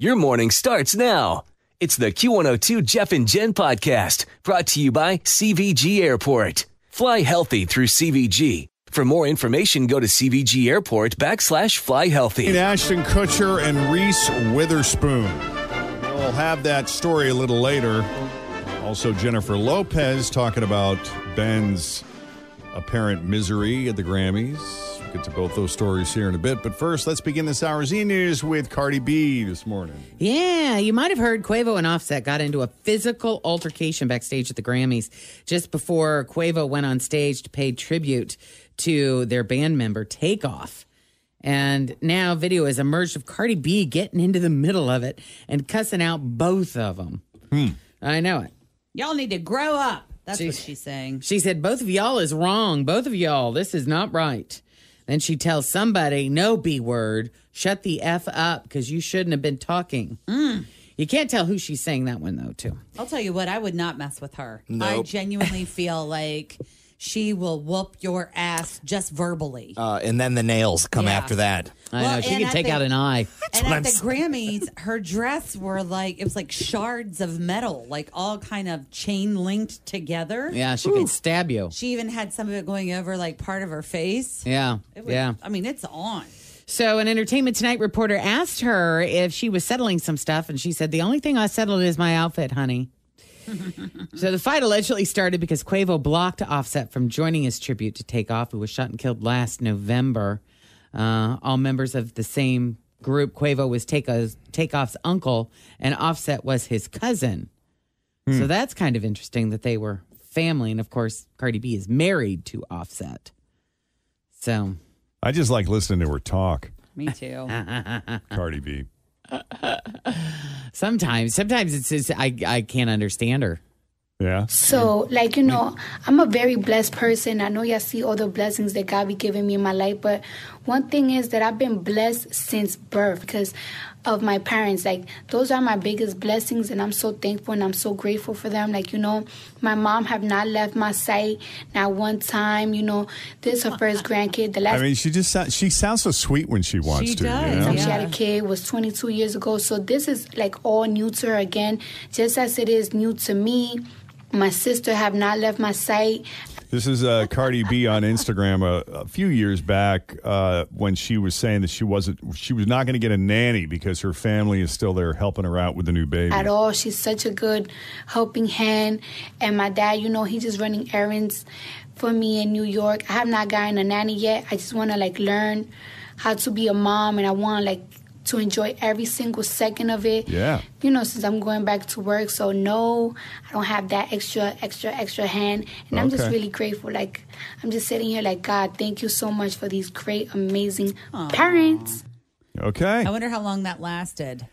Your morning starts now. It's the Q102 Jeff and Jen podcast brought to you by CVG Airport. Fly healthy through CVG. For more information, go to CVG Airport backslash fly Between healthy. Ashton Kutcher and Reese Witherspoon. We'll have that story a little later. Also, Jennifer Lopez talking about Ben's apparent misery at the Grammys. We'll get to both those stories here in a bit. But first, let's begin this hour's e news with Cardi B this morning. Yeah, you might have heard Quavo and Offset got into a physical altercation backstage at the Grammys just before Quavo went on stage to pay tribute to their band member Takeoff. And now video has emerged of Cardi B getting into the middle of it and cussing out both of them. Hmm. I know it. Y'all need to grow up. That's what she's saying. She said, Both of y'all is wrong. Both of y'all, this is not right. Then she tells somebody, No B word, shut the F up because you shouldn't have been talking. Mm. You can't tell who she's saying that one, though, too. I'll tell you what, I would not mess with her. I genuinely feel like she will whoop your ass just verbally. Uh, and then the nails come Yeah. after that. I Well, know. She and can I take think- out an eye. and what at I'm the saying. Grammys, her dress were like it was like shards of metal, like all kind of chain linked together. Yeah, she can stab you. She even had some of it going over like part of her face. Yeah. It was- Yeah. I mean, it's on. So, an Entertainment Tonight reporter asked her if she was settling some stuff, and she said, The only thing I settled is my outfit, honey. so, the fight allegedly started because Quavo blocked Offset from joining his tribute to Takeoff, who was shot and killed last November. Uh, all members of the same group, Quavo was Takeoff's, Takeoff's uncle, and Offset was his cousin. So, Hmm. that's kind of interesting that they were family. And of course, Cardi B is married to Offset. So, I just like listening to her talk, Me too. Cardi B. Sometimes, sometimes it's just, I I can't understand her. Yeah. So, like, you know, I'm a very blessed person. I know y'all see all the blessings that God be giving me in my life, but one thing is that I've been blessed since birth because of my parents. Like, those are my biggest blessings, and I'm so thankful and I'm so grateful for them. Like, you know, my mom have not left my sight not one time. You know, this is her first grandkid. The last I mean, she just sounds, she sounds so sweet when she wants She to. does, You know? time yeah. she had a kid was 22 years ago. So this is like all new to her again, just as it is new to me. My sister have not left my sight. This is uh, Cardi B on Instagram a, a few years back uh, when she was saying that she wasn't she was not going to get a nanny because her family is still there helping her out with the new baby. at all. She's such a good helping hand. And my dad, you know, he just running errands for me in New York. I have not gotten a nanny yet. I just want to like learn how to be a mom and I want like to enjoy every single second of it. Yeah. You know, since I'm going back to work, so no, I don't have that extra extra extra hand. And I'm just Okay. really grateful. Like I'm just sitting here like God, thank you so much for these great amazing parents. Okay. I wonder how long that lasted.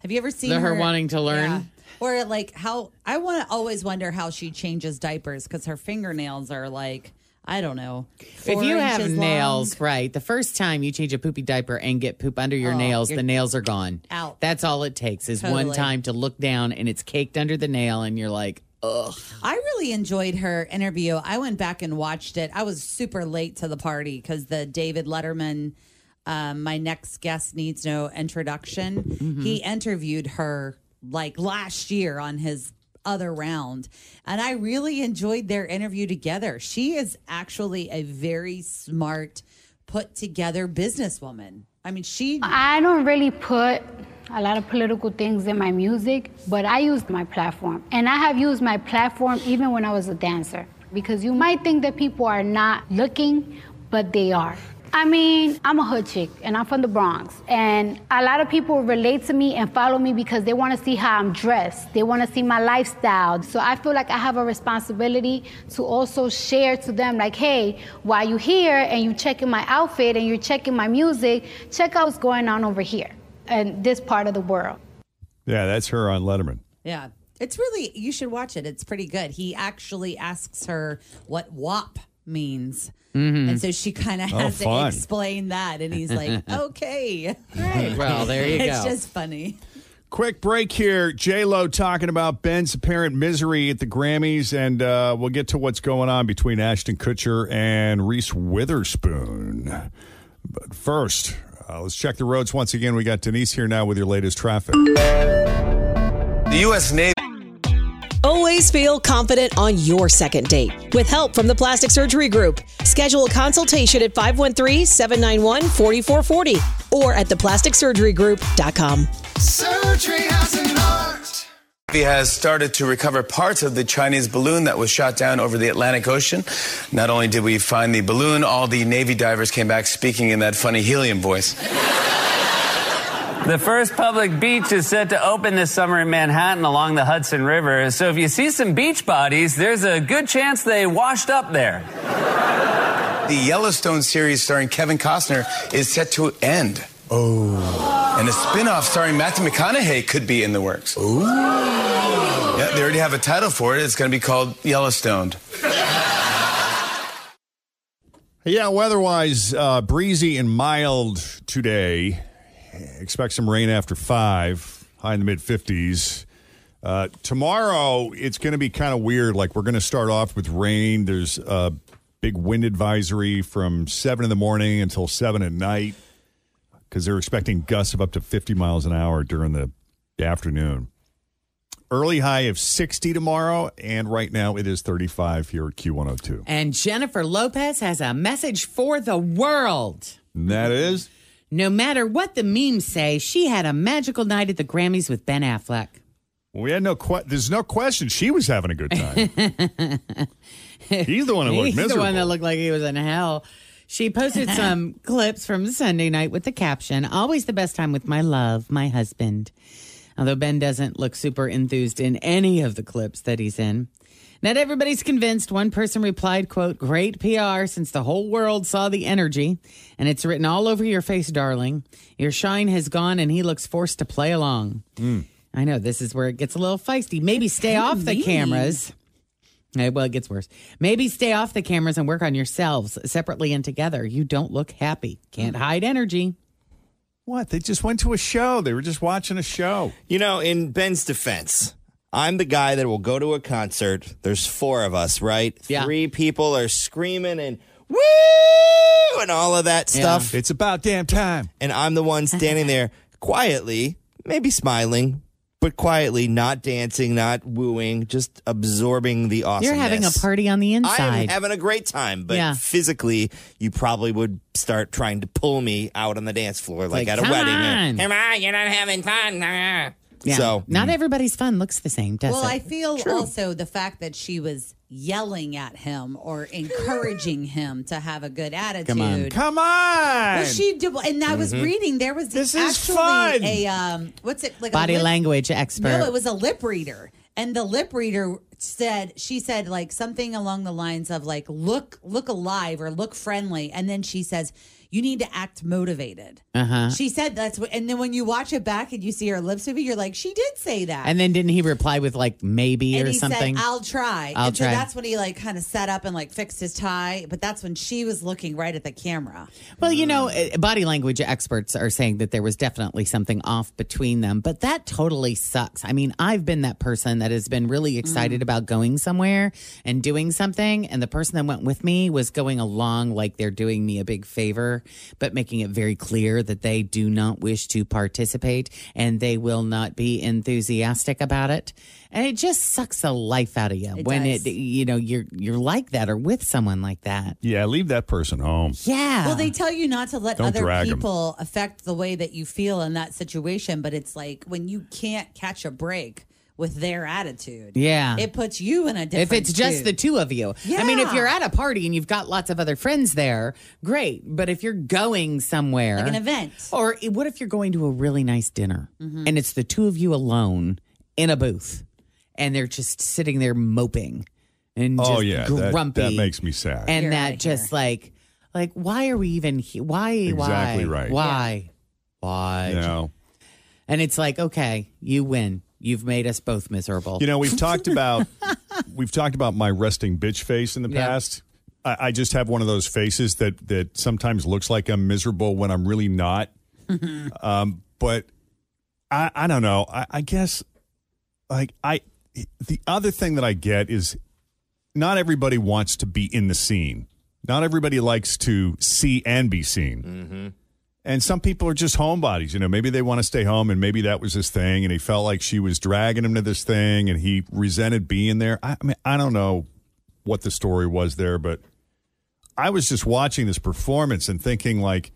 Have you ever seen The- her her, wanting to learn? Yeah. Or like how I want to always wonder how she changes diapers because her fingernails are like I don't know. four if you have inches long. nails, right, the first time you change a poopy diaper and get poop under your nails, the nails are gone. out. That's all it takes is one Oh, Totally. time to look down and it's caked under the nail, and you're like, "Oh." ugh. I really enjoyed her interview. I went back and watched it. I was super late to the party because the David Letterman, um, my next guest needs no introduction. He interviewed her like last year on his other round. And I really enjoyed their interview together. She is actually a very smart, put together businesswoman. I mean, she. I don't really put a lot of political things in my music, but I used my platform. And I have used my platform even when I was a dancer because you might think that people are not looking, but they are. I mean, I'm a hood chick and I'm from the Bronx. And a lot of people relate to me and follow me because they want to see how I'm dressed. They want to see my lifestyle. So I feel like I have a responsibility to also share to them, like, hey, while you're here and you're checking my outfit and you're checking my music, check out what's going on over here and this part of the world. Yeah, that's her on Letterman. Yeah. It's really, you should watch it. It's pretty good. He actually asks her what WAP means. And so she kind of Oh, has to fun. explain that. And he's like, okay. Well, there you it's go. just funny. Quick break here. J Lo talking about Ben's apparent misery at the Grammys, and uh, we'll get to what's going on between Ashton Kutcher and Reese Witherspoon. But first, uh, let's check the roads once again. We got Denise here now with your latest traffic. The U.S. Navy. Always feel confident on your second date. With help from the Plastic Surgery Group, schedule a consultation at 513 791 4440 or at theplasticsurgerygroup.com. Surgery has an art. He has started to recover parts of the Chinese balloon that was shot down over the Atlantic Ocean. Not only did we find the balloon, all the Navy divers came back speaking in that funny helium voice. The first public beach is set to open this summer in Manhattan along the Hudson River. So if you see some beach bodies, there's a good chance they washed up there. The Yellowstone series starring Kevin Costner is set to end. Oh. And a spin off starring Matthew McConaughey could be in the works. Ooh. Yeah, they already have a title for it. It's going to be called Yellowstoned. Yeah, weather-wise, uh, breezy and mild today. Expect some rain after five. High in the mid fifties. Uh, tomorrow, it's going to be kind of weird. Like we're going to start off with rain. There's a big wind advisory from seven in the morning until seven at night because they're expecting gusts of up to fifty miles an hour during the afternoon. Early high of sixty tomorrow, and right now it is thirty-five here at Q one hundred two. And Jennifer Lopez has a message for the world. And that is. No matter what the memes say, she had a magical night at the Grammys with Ben Affleck. Well, we had no que- there's no question she was having a good time. He's the one who looked He's miserable. the one that looked like he was in hell. She posted some clips from Sunday night with the caption, Always the best time with my love, my husband. Although Ben doesn't look super enthused in any of the clips that he's in. Not everybody's convinced. One person replied, quote, great PR since the whole world saw the energy and it's written all over your face, darling. Your shine has gone and he looks forced to play along. Hmm. I know this is where it gets a little feisty. Maybe stay off the cameras. Eh, well, it gets worse. Maybe stay off the cameras and work on yourselves separately and together. You don't look happy. Mm. Can't hide energy. what? They just went to a show. They were just watching a show. You know, in Ben's defense, I'm the guy that will go to a concert. There's four of us, right? Yeah. Three people are screaming and woo and all of that Yeah. stuff. It's about damn time. And I'm the one standing there quietly, maybe smiling, but quietly, not dancing, not wooing, just absorbing the awesomeness. You're having a party on the I'm inside. having a great time, but Yeah. physically, you probably would start trying to pull me out on the dance floor, like, Like, at a come wedding. on. Come on, you're not having fun. So not everybody's fun looks the same, does Well, it? I feel also the fact that she was yelling at him or encouraging him to have a good attitude. Come on. Mm-hmm. Well, she did, and I was reading. There was This is actually fun. a um, what's it like? a Body lip- language expert. No, it was a lip reader, and the lip reader said she said like something along the lines of like look look alive or look friendly, and then she says you need to act motivated. Uh-huh. She said that's what, and then when you watch it back and you see her lips moving, you're like she did say that. and then didn't he reply with like maybe And or he something? said, "I'll try." I'll and so try. that's when he like kind of sat up and like fixed his tie. But that's when she was looking right at the camera. Well, you know, eh, body language experts are saying that there was definitely something off between them, but that totally sucks. I mean, I've been that person that has been really Mm. excited about going somewhere and doing something, and the person that went with me was going along like they're doing me a big favor are, but making it very clear that they do not wish to participate and they will not be enthusiastic about it. And it just sucks the life out of you It when does. it you know you're you're like that or with someone like that. Yeah, leave that person home. Yeah. Well, they tell you not to let Don't other drag 'em. people affect the way that you feel in that situation, but it's like when you can't catch a break with their attitude, Yeah. it puts you in a different. if it's just the shoe. two of you. I mean, if Yeah. you're at a party and you've got lots of other friends there, great. But if you're going somewhere, like an event, Mm-hmm. or i- what if you're going to a really nice dinner and it's the two of you alone in a booth and they're just sitting there moping and just Oh, yeah. that- grumpy. That, makes me sad. and You're that outta here. just like like why are we even here? Why Exactly why? right. Why? Why? you know, And it's like, okay, you win. You've made us both miserable. you know, we've talked about we've talked about my resting bitch face in the Yeah. past. I, I just have one of those faces that that sometimes looks like I'm miserable when I'm really not. um, but I, I don't know. I, I guess like I the other thing that I get is not everybody wants to be in the scene. Not everybody likes to see and be seen. And some people are just homebodies. You know, maybe they want to stay home and maybe that was his thing and he felt like she was dragging him to this thing and he resented being there. I, I mean, I don't know what the story was there, but I was just watching this performance and thinking like,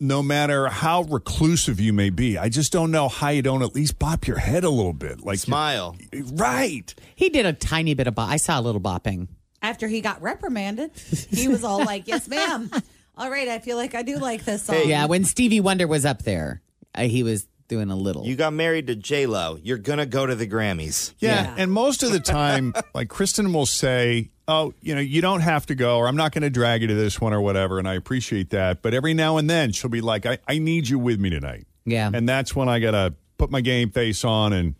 no matter how reclusive you may be, I just don't know how you don't at least bop your head a little bit. Like Smile. Right. he did a tiny bit of bop. I saw a little bopping. after he got reprimanded, he was all like, "Yes, ma'am. All right, I feel like I do like this song." Yeah, when Stevie Wonder was up there, uh, he was doing a little. You got married to J Lo. You're gonna go to the Grammys. Yeah. Yeah. And most of the time, like Kristen will say, Oh, you know, you don't have to go, or I'm not going to drag you to this one or whatever. And I appreciate that. But every now and then she'll be like, I, I need you with me tonight. yeah. And that's when I got to put my game face on and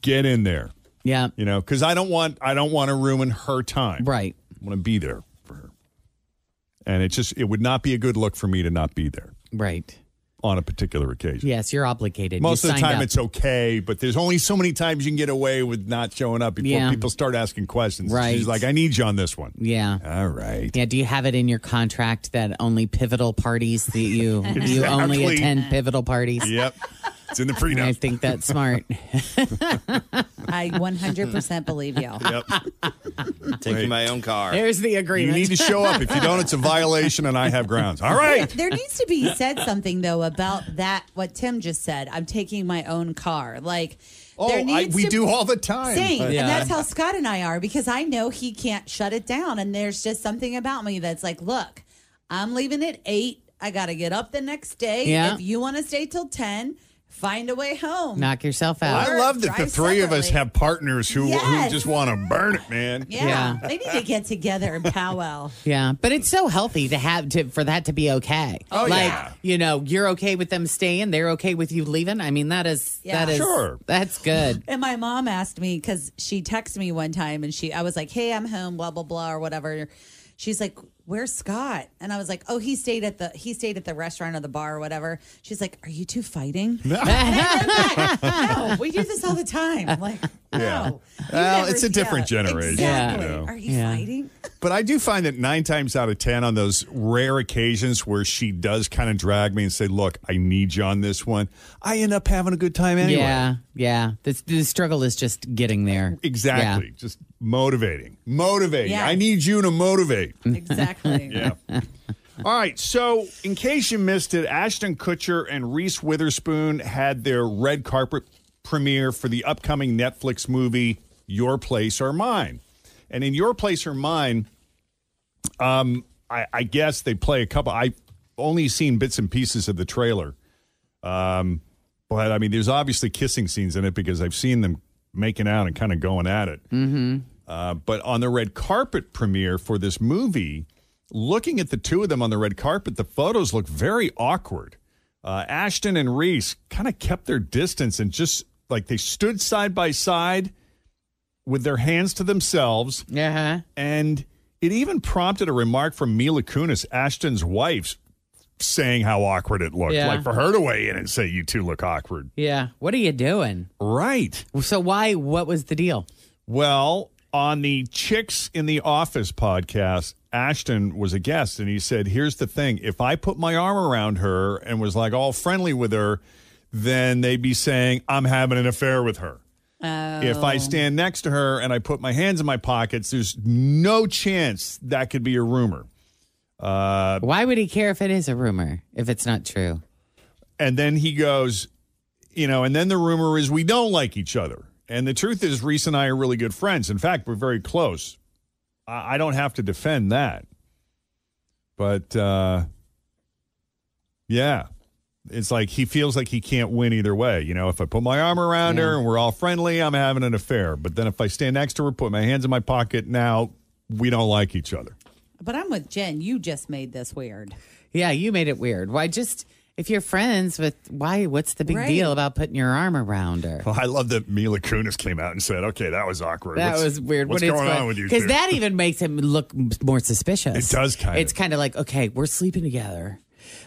get in there, yeah. you know, because I don't want, I don't want to ruin her time. Right. I want to be there for her. And it's just, it would not be a good look for me to not be there Right. on a particular occasion. Yes, you're obligated. You Most of the signed time, up. it's okay, but there's only so many times you can get away with not showing up before Yeah. people start asking questions. Right. She's like, I need you on this one. Yeah. All right. Yeah, do you have it in your contract that only pivotal parties that you you only Exactly. attend pivotal parties? Yep. It's in the And I prenup. think that's smart. I 100% believe you. Yep. Taking my own car. There's the You agreement. need to show up. If you don't, it's a violation, and I have grounds. All right. There needs to be said something though about that what Tim just said. I'm taking my own car. Like Oh, there I, needs we to do all the time. Same. but- Yeah. And that's how Scott and I are because I know he can't shut it down. And there's just something about me that's like, look, I'm leaving at eight. I got to get up the next day. Yeah. If you want to stay till 10, find a way home. Knock yourself out. I love that the Drive three of us separately. have partners who, who Yes. just want to burn it, man. yeah. Yeah. They need to get together and powwow. Yeah, but it's so healthy to have to for that to be okay. Oh, like, yeah. you know, you're okay with them staying, they're okay with you leaving. I mean, that is Yeah. that is Sure. that's good. And my mom asked me because she texted me one time and she, I was like, hey, I'm home, blah, blah, blah, or whatever. She's like, where's Scott? And I was like, oh, he stayed at the, he stayed at the restaurant or the bar or whatever. She's like, are you two fighting? No. no, we do this all the time. I'm like, no. Yeah. You Well, never- it's a different generation, you Exactly. know. Are you Yeah. fighting? But I do find that nine times out of 10 on those rare occasions where she does kind of drag me and say, Look, I need you on this one, I end up having a good time anyway. Yeah, yeah. The, the struggle is just getting there. Exactly. Just motivating. Motivating. Yeah. I need you to motivate. Mm, Exactly. Yeah. All right. So, in case you missed it, Ashton Kutcher and Reese Witherspoon had their red carpet premiere for the upcoming Netflix movie Your Place or Mine. And in Your Place or Mine, um, I, I guess they play a couple. I only seen bits and pieces of the trailer. Um, but I mean, there's obviously kissing scenes in it because I've seen them making out and kind of going at it. Uh, but on the red carpet premiere for this movie, looking at the two of them on the red carpet, the photos look very awkward. Uh, Ashton and Reese kind of kept their distance and just like they stood side by side with their hands to themselves. Yeah. Uh-huh. And it even prompted a remark from Mila Kunis, Ashton's wife, saying how awkward it looked. Yeah. Like for her to weigh in and say, you two look awkward. Yeah. What are you doing? Right. So why? What was the deal? Well, on the Chicks in the Office podcast, Ashton was a guest, and he said, "Here's the thing: if I put my arm around her and was like all friendly with her, then they'd be saying I'm having an affair with her." If Oh. I stand next to her and I put my hands in my pockets, there's no chance that could be a rumor. Uh, Why would he care if it is a rumor, if it's not true? and then he goes, you know, and then the rumor is we don't like each other. And the truth is, Reese and I are really good friends. In fact, we're very close. I, I don't have to defend that. But uh, yeah, it's like he feels like he can't win either way. You know, if I put my arm around her and we're all friendly, I'm having an affair. But then if I stand next to her, put my hands in my pocket, now we don't like each other. But I'm with Jen. You just made this weird. Yeah, you made it weird. Why just if you're friends with why what's the big Right. deal about putting your arm around her? Well, I love that Mila Kunis came out and said, "Okay, that was awkward. That What's- was weird. What's What going on with you?" Because two? that even makes him look m- more suspicious. It does kinda. It's kind of like okay, we're sleeping together,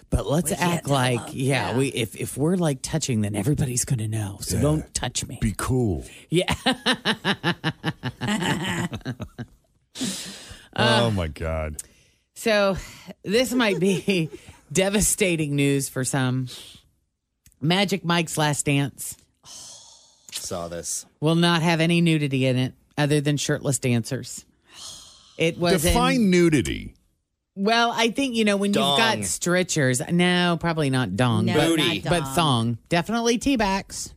but let's act like yeah, we if if we're like touching, then everybody's gonna know. So don't touch me. be cool. yeah. Uh, oh my god. So this might be devastating news for some. Magic Mike's Last Dance Saw this. will not have any nudity in it other than shirtless dancers. It was in- Define nudity. Well, I think you know when Dong. you've got stretchers. No, probably not dong, No, but, Booty. not but dong. thong. Definitely tea backs.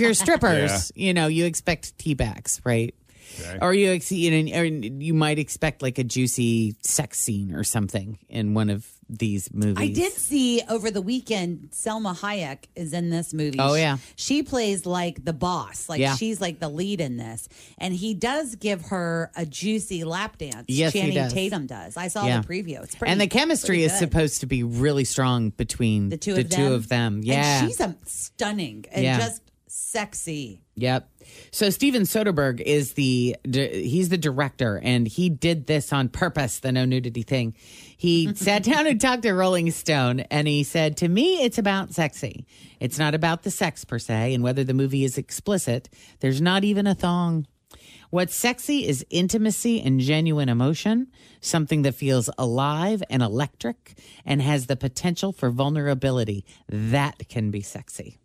you're strippers, you know you expect tea backs, right? Or you, ex- you know, or you might expect like a juicy sex scene or something in one of these movies. I did see over the weekend Selma Hayek is in this movie. Oh, yeah. She, she plays like the boss. Like Yeah. she's like the lead in this. And he does give her a juicy lap dance. Yes, he Channing does. Tatum does. I saw Yeah. the preview. It's pretty and the chemistry pretty is good. supposed to be really strong between the two of them. them. Yeah, And she's a stunning and Yeah. just sexy. Yep. So Steven Soderbergh is the di- he's the director, and he did this on purpose. The no nudity thing. He sat down and talked to Rolling Stone, and he said, "To me, it's about sexy. It's not about the sex per se, and whether the movie is explicit. There's not even a thong." What's sexy is intimacy and genuine emotion, something that feels alive and electric and has the potential for vulnerability. That can be sexy.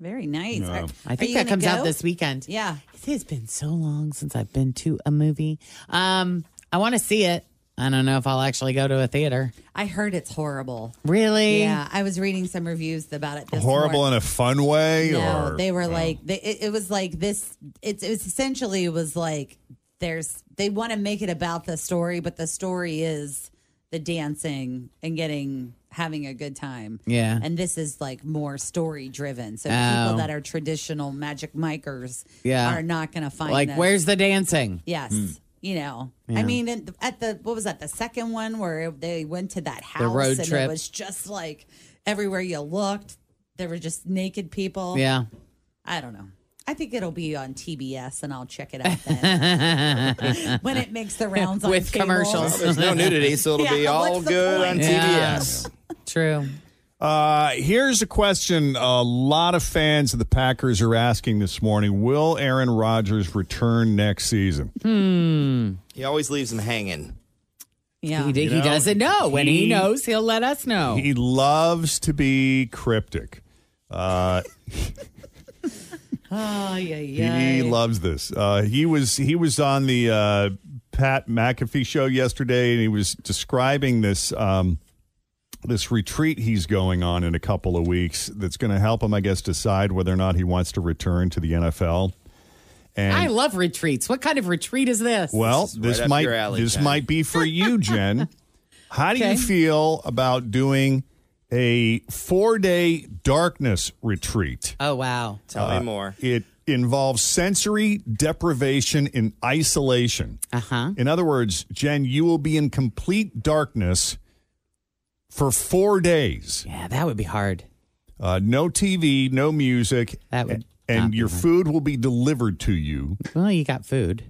Very nice. Are- I are think you that gonna comes go? out this weekend. Yeah. It has been so long since I've been to a movie. Um, I want to see it. I don't know if I'll actually go to a theater. I heard it's horrible. Really? Yeah. I was reading some reviews about it. This Horrible morning. in a fun way, No, or they were like they, it, it was like this. It's it was essentially it was like there's they want to make it about the story, but the story is the dancing and getting having a good time. Yeah. and this is like more story driven. So Oh. people that are traditional Magic Micers, Yeah. are not going to find Like, this. where's the dancing? Hmm. yes. You know, I mean, at the- at the what was that? The second one where they went to that house road and trip. it was just like everywhere you looked, there were just naked people. Yeah. I don't know. I think it'll be on TBS, and I'll check it out then when it makes the rounds on With cable. commercials. There's no nudity, so it'll be Yeah, all what's the good point? on Yeah. TBS. True. Uh, here's a question a lot of fans of the Packers are asking this morning Will Aaron Rodgers return next season? He always leaves them hanging. Yeah. Hmm. He, d- he know, doesn't know. Oh, When he, he- knows, he'll let us know. He loves to be cryptic. Uh, Oh yeah, he yeah. loves this. Uh, he was he was on the uh, Pat McAfee show yesterday, and he was describing this um, this retreat he's going on in a couple of weeks. That's going to help him, I guess, decide whether or not he wants to return to the NFL. And I love retreats. What kind of retreat is this? Well, is right this up might your alley, this Jen. might be for you, Jen. How do Okay. you feel about doing a four day darkness retreat? Uh, oh, wow. Tell me more. It involves sensory deprivation in isolation. Uh huh. In other words, Jen, you will be in complete darkness for four days. Yeah, that would be hard. Uh, no TV, no music, That would and not be your right. food will be delivered to you. Well, you got food.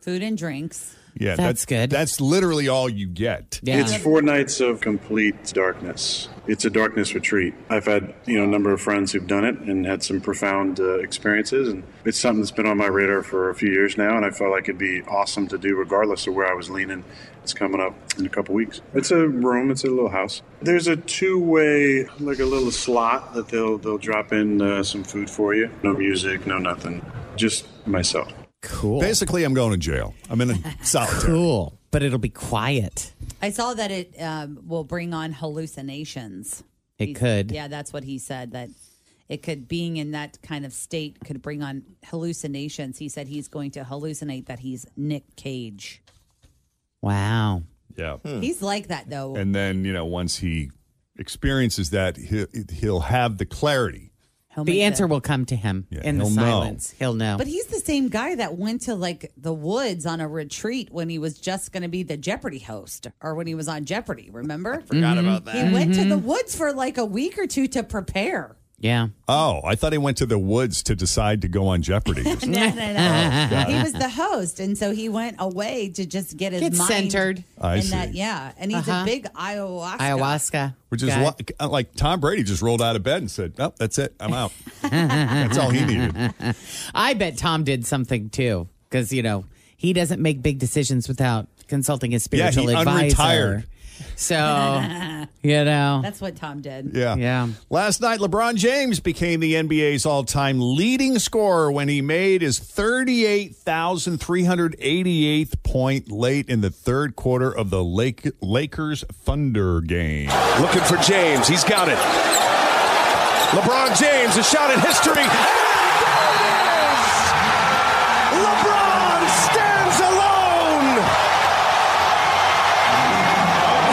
Food and drinks. Yeah, That's good. That's literally all you get. Yeah. It's four nights of complete darkness. It's a darkness retreat. I've had you know a number of friends who've done it and had some profound uh, experiences, and it's something that's been on my radar for a few years now, and I felt like it'd be awesome to do regardless of where I was leaning. It's coming up in a couple weeks. It's a room. It's a little house. There's a two-way, like a little slot that they'll they'll drop in uh, some food for you. No music, no nothing. Just myself. Cool. Basically, I'm going to jail. I'm in a solitary. Cool. But it'll be quiet. I saw that it um, will bring on hallucinations. It He's- could. Yeah, that's what he said. That it could being in that kind of state could bring on hallucinations. He said he's going to hallucinate that he's Nick Cage. Wow. Yeah. Hmm. He's like that though. And then, you know, once he experiences that, he'll, he'll have the clarity. The Homemade answer will come to him Yeah, in the he'll know. silence. He'll know. But he's the same guy that went to like the woods on a retreat when he was just going to be the Jeopardy host or when he was on Jeopardy, remember? Mm-hmm. Forgot Mm-hmm. about He that. went to the woods for like a week or two to prepare. yeah. Oh, I thought he went to the woods to decide to go on Jeopardy. No, no, no. he was the host. And so he went away to just get his Get mind centered. I in see. that. Yeah. And he's Uh-huh. a big ayahuasca. Ayahuasca. Which is guy. what, like Tom Brady just rolled out of bed and said, "Nope, that's it. I'm out." that's all he needed. I bet Tom did something too, because you know he doesn't make big decisions without consulting his Yeah, he spiritual advisor. unretired. So you know, That's what Tom did. Yeah. Yeah. Last night, LeBron James became the NBA's all time leading scorer when he made his 38,388th point late in the third quarter of the Lake- Lakers Thunder game. Looking for James. He's got it. LeBron James, a shot in history. And there it is! LeBron stands alone.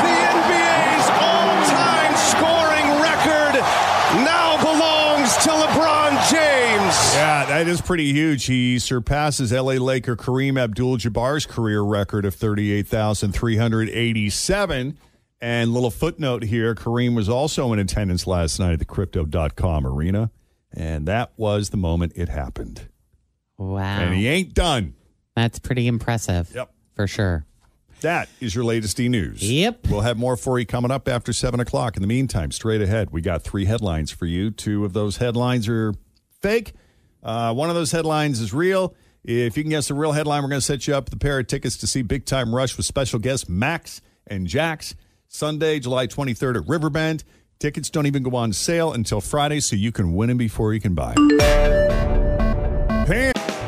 The NBA's all-time scoring record now belongs to LeBron James. Yeah, that is pretty huge. He surpasses LA Laker Kareem Abdul Jabbar's career record of 38,387. And little footnote here Kareem was also in attendance last night at the crypto.com arena. And that was the moment it happened. And wow, he ain't done. that's pretty impressive. Yep. for sure. That is your latest e news. Yep. We'll have more for you coming up after 7 o'clock. In the meantime, straight ahead, we got three headlines for you. Two of those headlines are fake, uh, one of those headlines is real. If you can guess the real headline, we're going to set you up with a pair of tickets to see Big Time Rush with special guests Max and Jax Sunday, July 23rd at Riverbend. Tickets don't even go on sale until Friday, so you can win them before you can buy. 'em. Pan-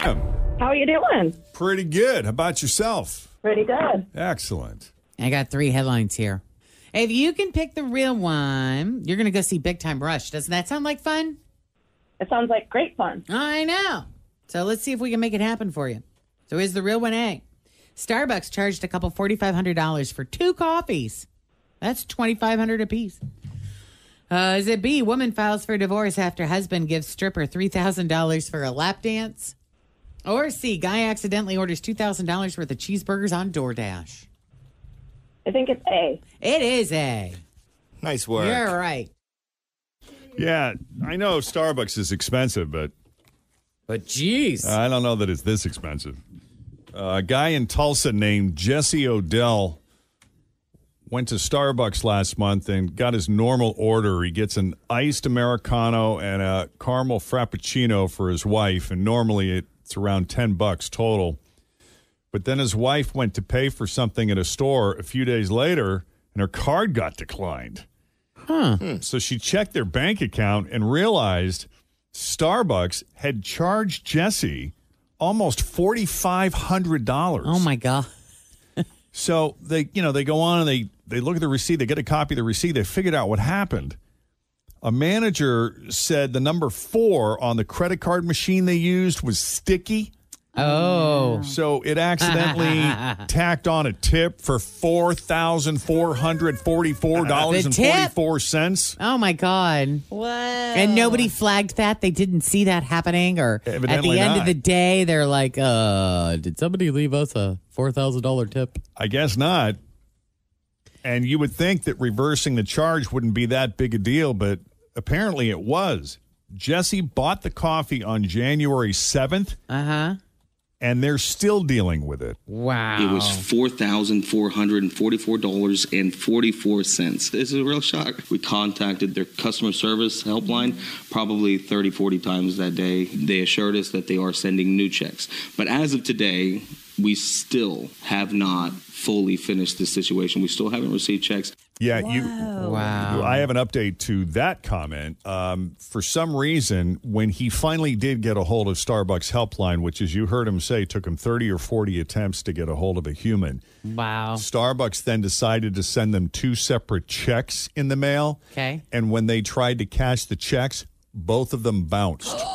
How are you doing? Pretty good. How about yourself? Pretty good. Excellent. I got three headlines here. If you can pick the real one, you're going to go see Big Time Rush. Doesn't that sound like fun? It sounds like great fun. I know. So let's see if we can make it happen for you. So is the real one A. Starbucks charged a couple forty five hundred dollars for two coffees. That's twenty five hundred apiece. Uh, is it B? Woman files for divorce after husband gives stripper three thousand dollars for a lap dance. Or C? Guy accidentally orders two thousand dollars worth of cheeseburgers on DoorDash. I think it's A. It is A. Nice work. You're right. Yeah, I know Starbucks is expensive, but But geez, I don't know that it's this expensive. Uh, a guy in Tulsa named Jesse Odell went to Starbucks last month and got his normal order. He gets an iced Americano and a caramel frappuccino for his wife, and normally it's around 10 bucks total. But then his wife went to pay for something at a store a few days later, and her card got declined. So she checked their bank account and realized Starbucks had charged Jesse almost forty five hundred dollars. oh my god. So they, you know, they go on and they they look at the receipt. They get a copy of the receipt. They figured out what happened. A manager said the number four on the credit card machine they used was sticky, Oh. So it accidentally tacked on a tip for Uh, $4,444.44. Oh my God. What? And nobody flagged that. They didn't see that happening. Or at Evidently the end not. of the day, they're like, uh, did somebody leave us a $4,000 tip? I guess not. And you would think that reversing the charge wouldn't be that big a deal, but apparently it was. Jesse bought the coffee on January 7th. Uh huh. And they're still dealing with it. Wow. It was four thousand four hundred and forty-four dollars and forty-four cents. This is a real shock. We contacted their customer service helpline probably 30, 40 times that day. They assured us that they are sending new checks. But as of today, we still have not fully finished this situation. We still haven't received checks. Yeah, you. Wow. I have an update to that comment. Um, for some reason, when he finally did get a hold of Starbucks Helpline, which, as you heard him say, took him 30 or 40 attempts to get a hold of a human, Wow. Starbucks then decided to send them two separate checks in the mail. Okay. And when they tried to cash the checks, both of them bounced.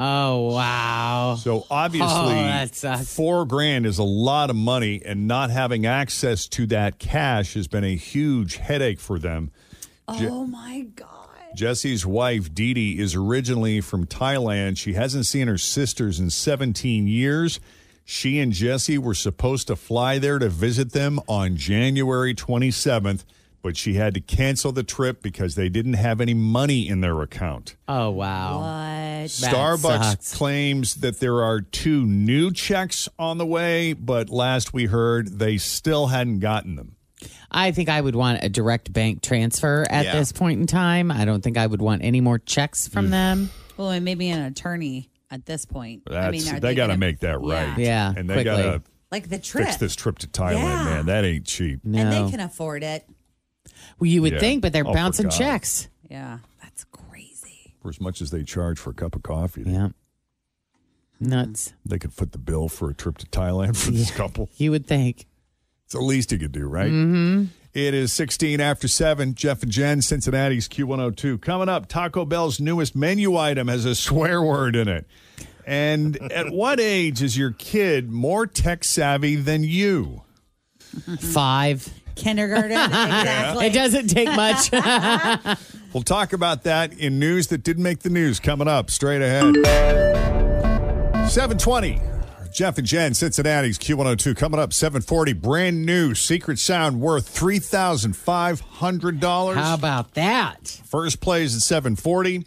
Oh, wow. So obviously, Oh, that sucks. four grand is a lot of money, and not having access to that cash has been a huge headache for them. Oh my god. Jesse's wife, Dee Dee, is originally from Thailand. She hasn't seen her sisters in 17 years. She and Jesse were supposed to fly there to visit them on January 27th, but she had to cancel the trip because they didn't have any money in their account. Oh, wow. What? Starbucks claims that there are two new checks on the way, but last we heard, they still hadn't gotten them. I think I would want a direct bank transfer at Yeah. Mm. this point in time. I don't think I would want any more checks from them. Well, and maybe an attorney at this point. I mean, That's- are they got to gonna- make that right. Yeah, and they quickly. got to like the trip, fix this trip to Thailand, Yeah. man. That ain't cheap. and they can afford it. Well, you would Yeah. think, but they're Oh, for bouncing God. checks. Yeah, that's for as much as they charge for a cup of coffee. They, Yeah. Nuts. they could foot the bill for a trip to Thailand for this couple. You would think. It's the least you could do, right? Mm-hmm. It is 16 after 7. Jeff and Jen, Cincinnati's Q102. Coming up, Taco Bell's newest menu item has a swear word in it. And at what age is your kid more tech savvy than you? Five. kindergarten. exactly. It doesn't take much. We'll talk about that in news that didn't make the news coming up straight ahead. 720. Jeff and Jen, Cincinnati's Q102 coming up 740. Brand new Secret Sound worth $3,500. How about that? First plays at 740.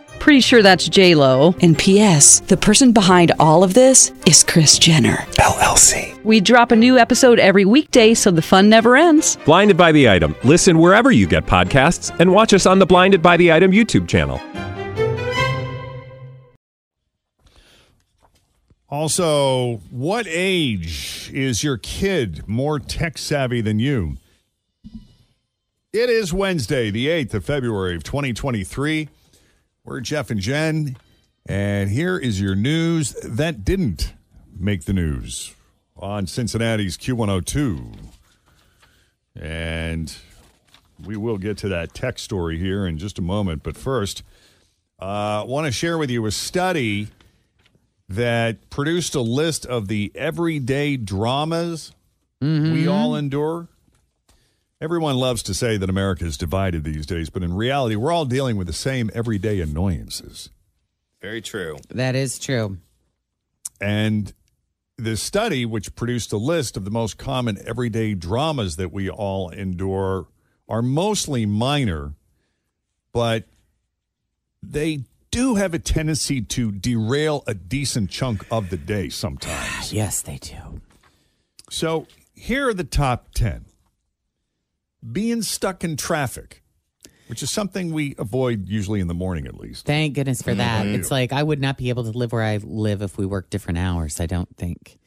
Pretty sure that's J Lo. And P.S. The person behind all of this is Chris Jenner LLC. We drop a new episode every weekday, so the fun never ends. Blinded by the item. Listen wherever you get podcasts, and watch us on the Blinded by the Item YouTube channel. Also, what age is your kid more tech savvy than you? It is Wednesday, the 8th of February of 2023. We're Jeff and Jen, and here is your news that didn't make the news on Cincinnati's Q102. And we will get to that tech story here in just a moment. But first, I uh, want to share with you a study that produced a list of the everyday dramas Mm-hmm. we all endure. Everyone loves to say that America is divided these days, but in reality, we're all dealing with the same everyday annoyances. Very true. That is true. And the study, which produced a list of the most common everyday dramas that we all endure, are mostly minor, but they do have a tendency to derail a decent chunk of the day sometimes. Yes, they do. So here are the top 10 being stuck in traffic, which is something we avoid usually in the morning at least. Thank goodness for that. Mhm. It's like I would not be able to live where I live if we worked different hours. I don't think.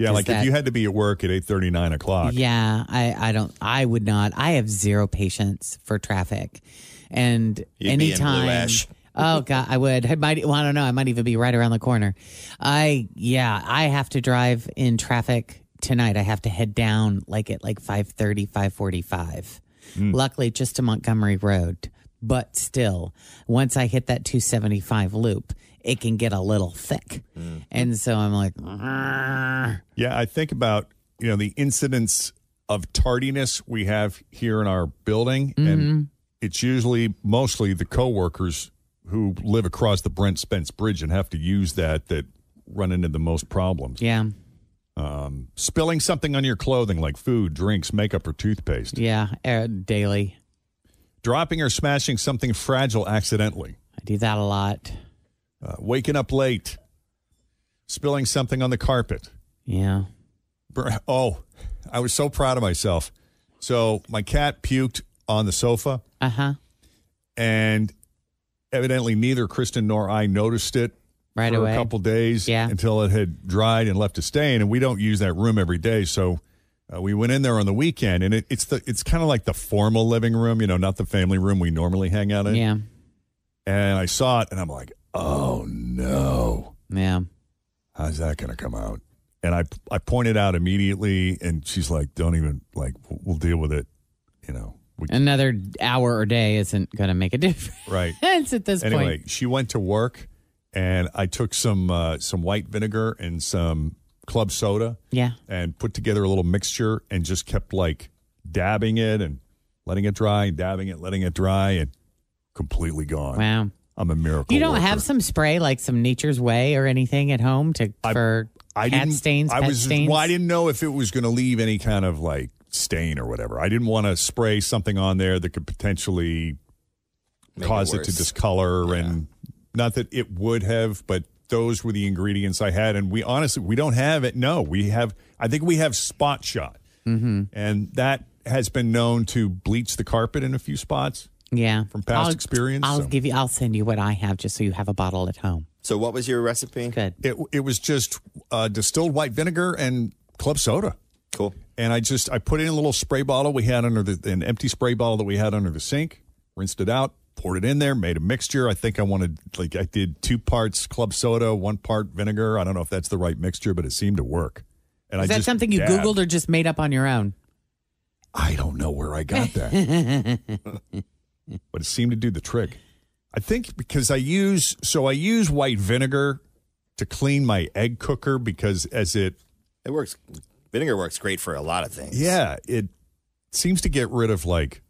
Yeah, 'Cause like if that- you had to be at work at 8:30, 9 o'clock. Yeah, I, I don't. I would not. I have zero patience for traffic, and You'd be in blue anytime. ash. Oh God, I would. I might. Well, I don't know. I might even be right around the corner. I yeah. I have to drive in traffic tonight. I have to head down like at like 5.30, 5.45. Hmm. Luckily, just to Montgomery Road. But still, once I hit that two seventy five loop, it can get a little thick, Hmm. and so I'm like, "Grr." Mm-hmm. Yeah, I think about you know the incidents of tardiness we have here in our building, Mm-hmm. and it's usually mostly the coworkers who live across the Brent Spence Bridge and have to use that that run into the most problems. Yeah, um, spilling something on your clothing like food, drinks, makeup, or toothpaste. yeah, uh, daily. Dropping or smashing something fragile accidentally. I do that a lot. Uh, waking up late. Spilling something on the carpet. Yeah. Br- Oh, I was so proud of myself. So my cat puked on the sofa, Uh huh. and evidently neither Kristen nor I noticed it Right for away. a couple days until it had dried and left a stain. And we don't use that room every day, so uh, we went in there on the weekend, and it, it's the it's kind of like the formal living room, you know, not the family room we normally hang out in. Yeah. And I saw it, and I'm like, oh no, yeah, how's that going to come out? And I I pointed out immediately, and she's like, don't even like, we'll we'll deal with it, you know. Another hour or day isn't going to make a difference Right. at this anyway, point. she went to work, and I took some uh, some white vinegar and some club soda, Yeah. and put together a little mixture, and just kept like dabbing it and letting it dry, dabbing it, letting it dry, and completely gone. Wow. I'm a miracle. You don't worker. have some spray like some Nature's Way or anything at home to for I cat didn't- stains, I pet was stains? well, I didn't know if it was going to leave any kind of like stain or whatever. I didn't want to spray something on there that could potentially Make it cause it, to worse. discolor and not that it would have, but those were the ingredients I had and we honestly we don't have it. No, we have I think we have spot shot. Mm-hmm. And that has been known to bleach the carpet in a few spots. Yeah. From past I'll- experience, I'll so. give you. I'll send you what I have just so you have a bottle at home. So what was your recipe? Good. It it was just uh, distilled white vinegar and club soda. Cool. And I just I put in a little spray bottle we had under the an empty spray bottle that we had under the sink, rinsed it out, poured it in there, made a mixture. I think I wanted like I did two parts club soda, one part vinegar. I don't know if that's the right mixture, but it seemed to work. And Is I that just something you dabbed. Googled or just made up on your own? I don't know where I got that. but it seemed to do the trick. I think because I use so I use white vinegar to clean my egg cooker because as it It works. Vinegar works great for a lot of things. yeah, it seems to get rid of like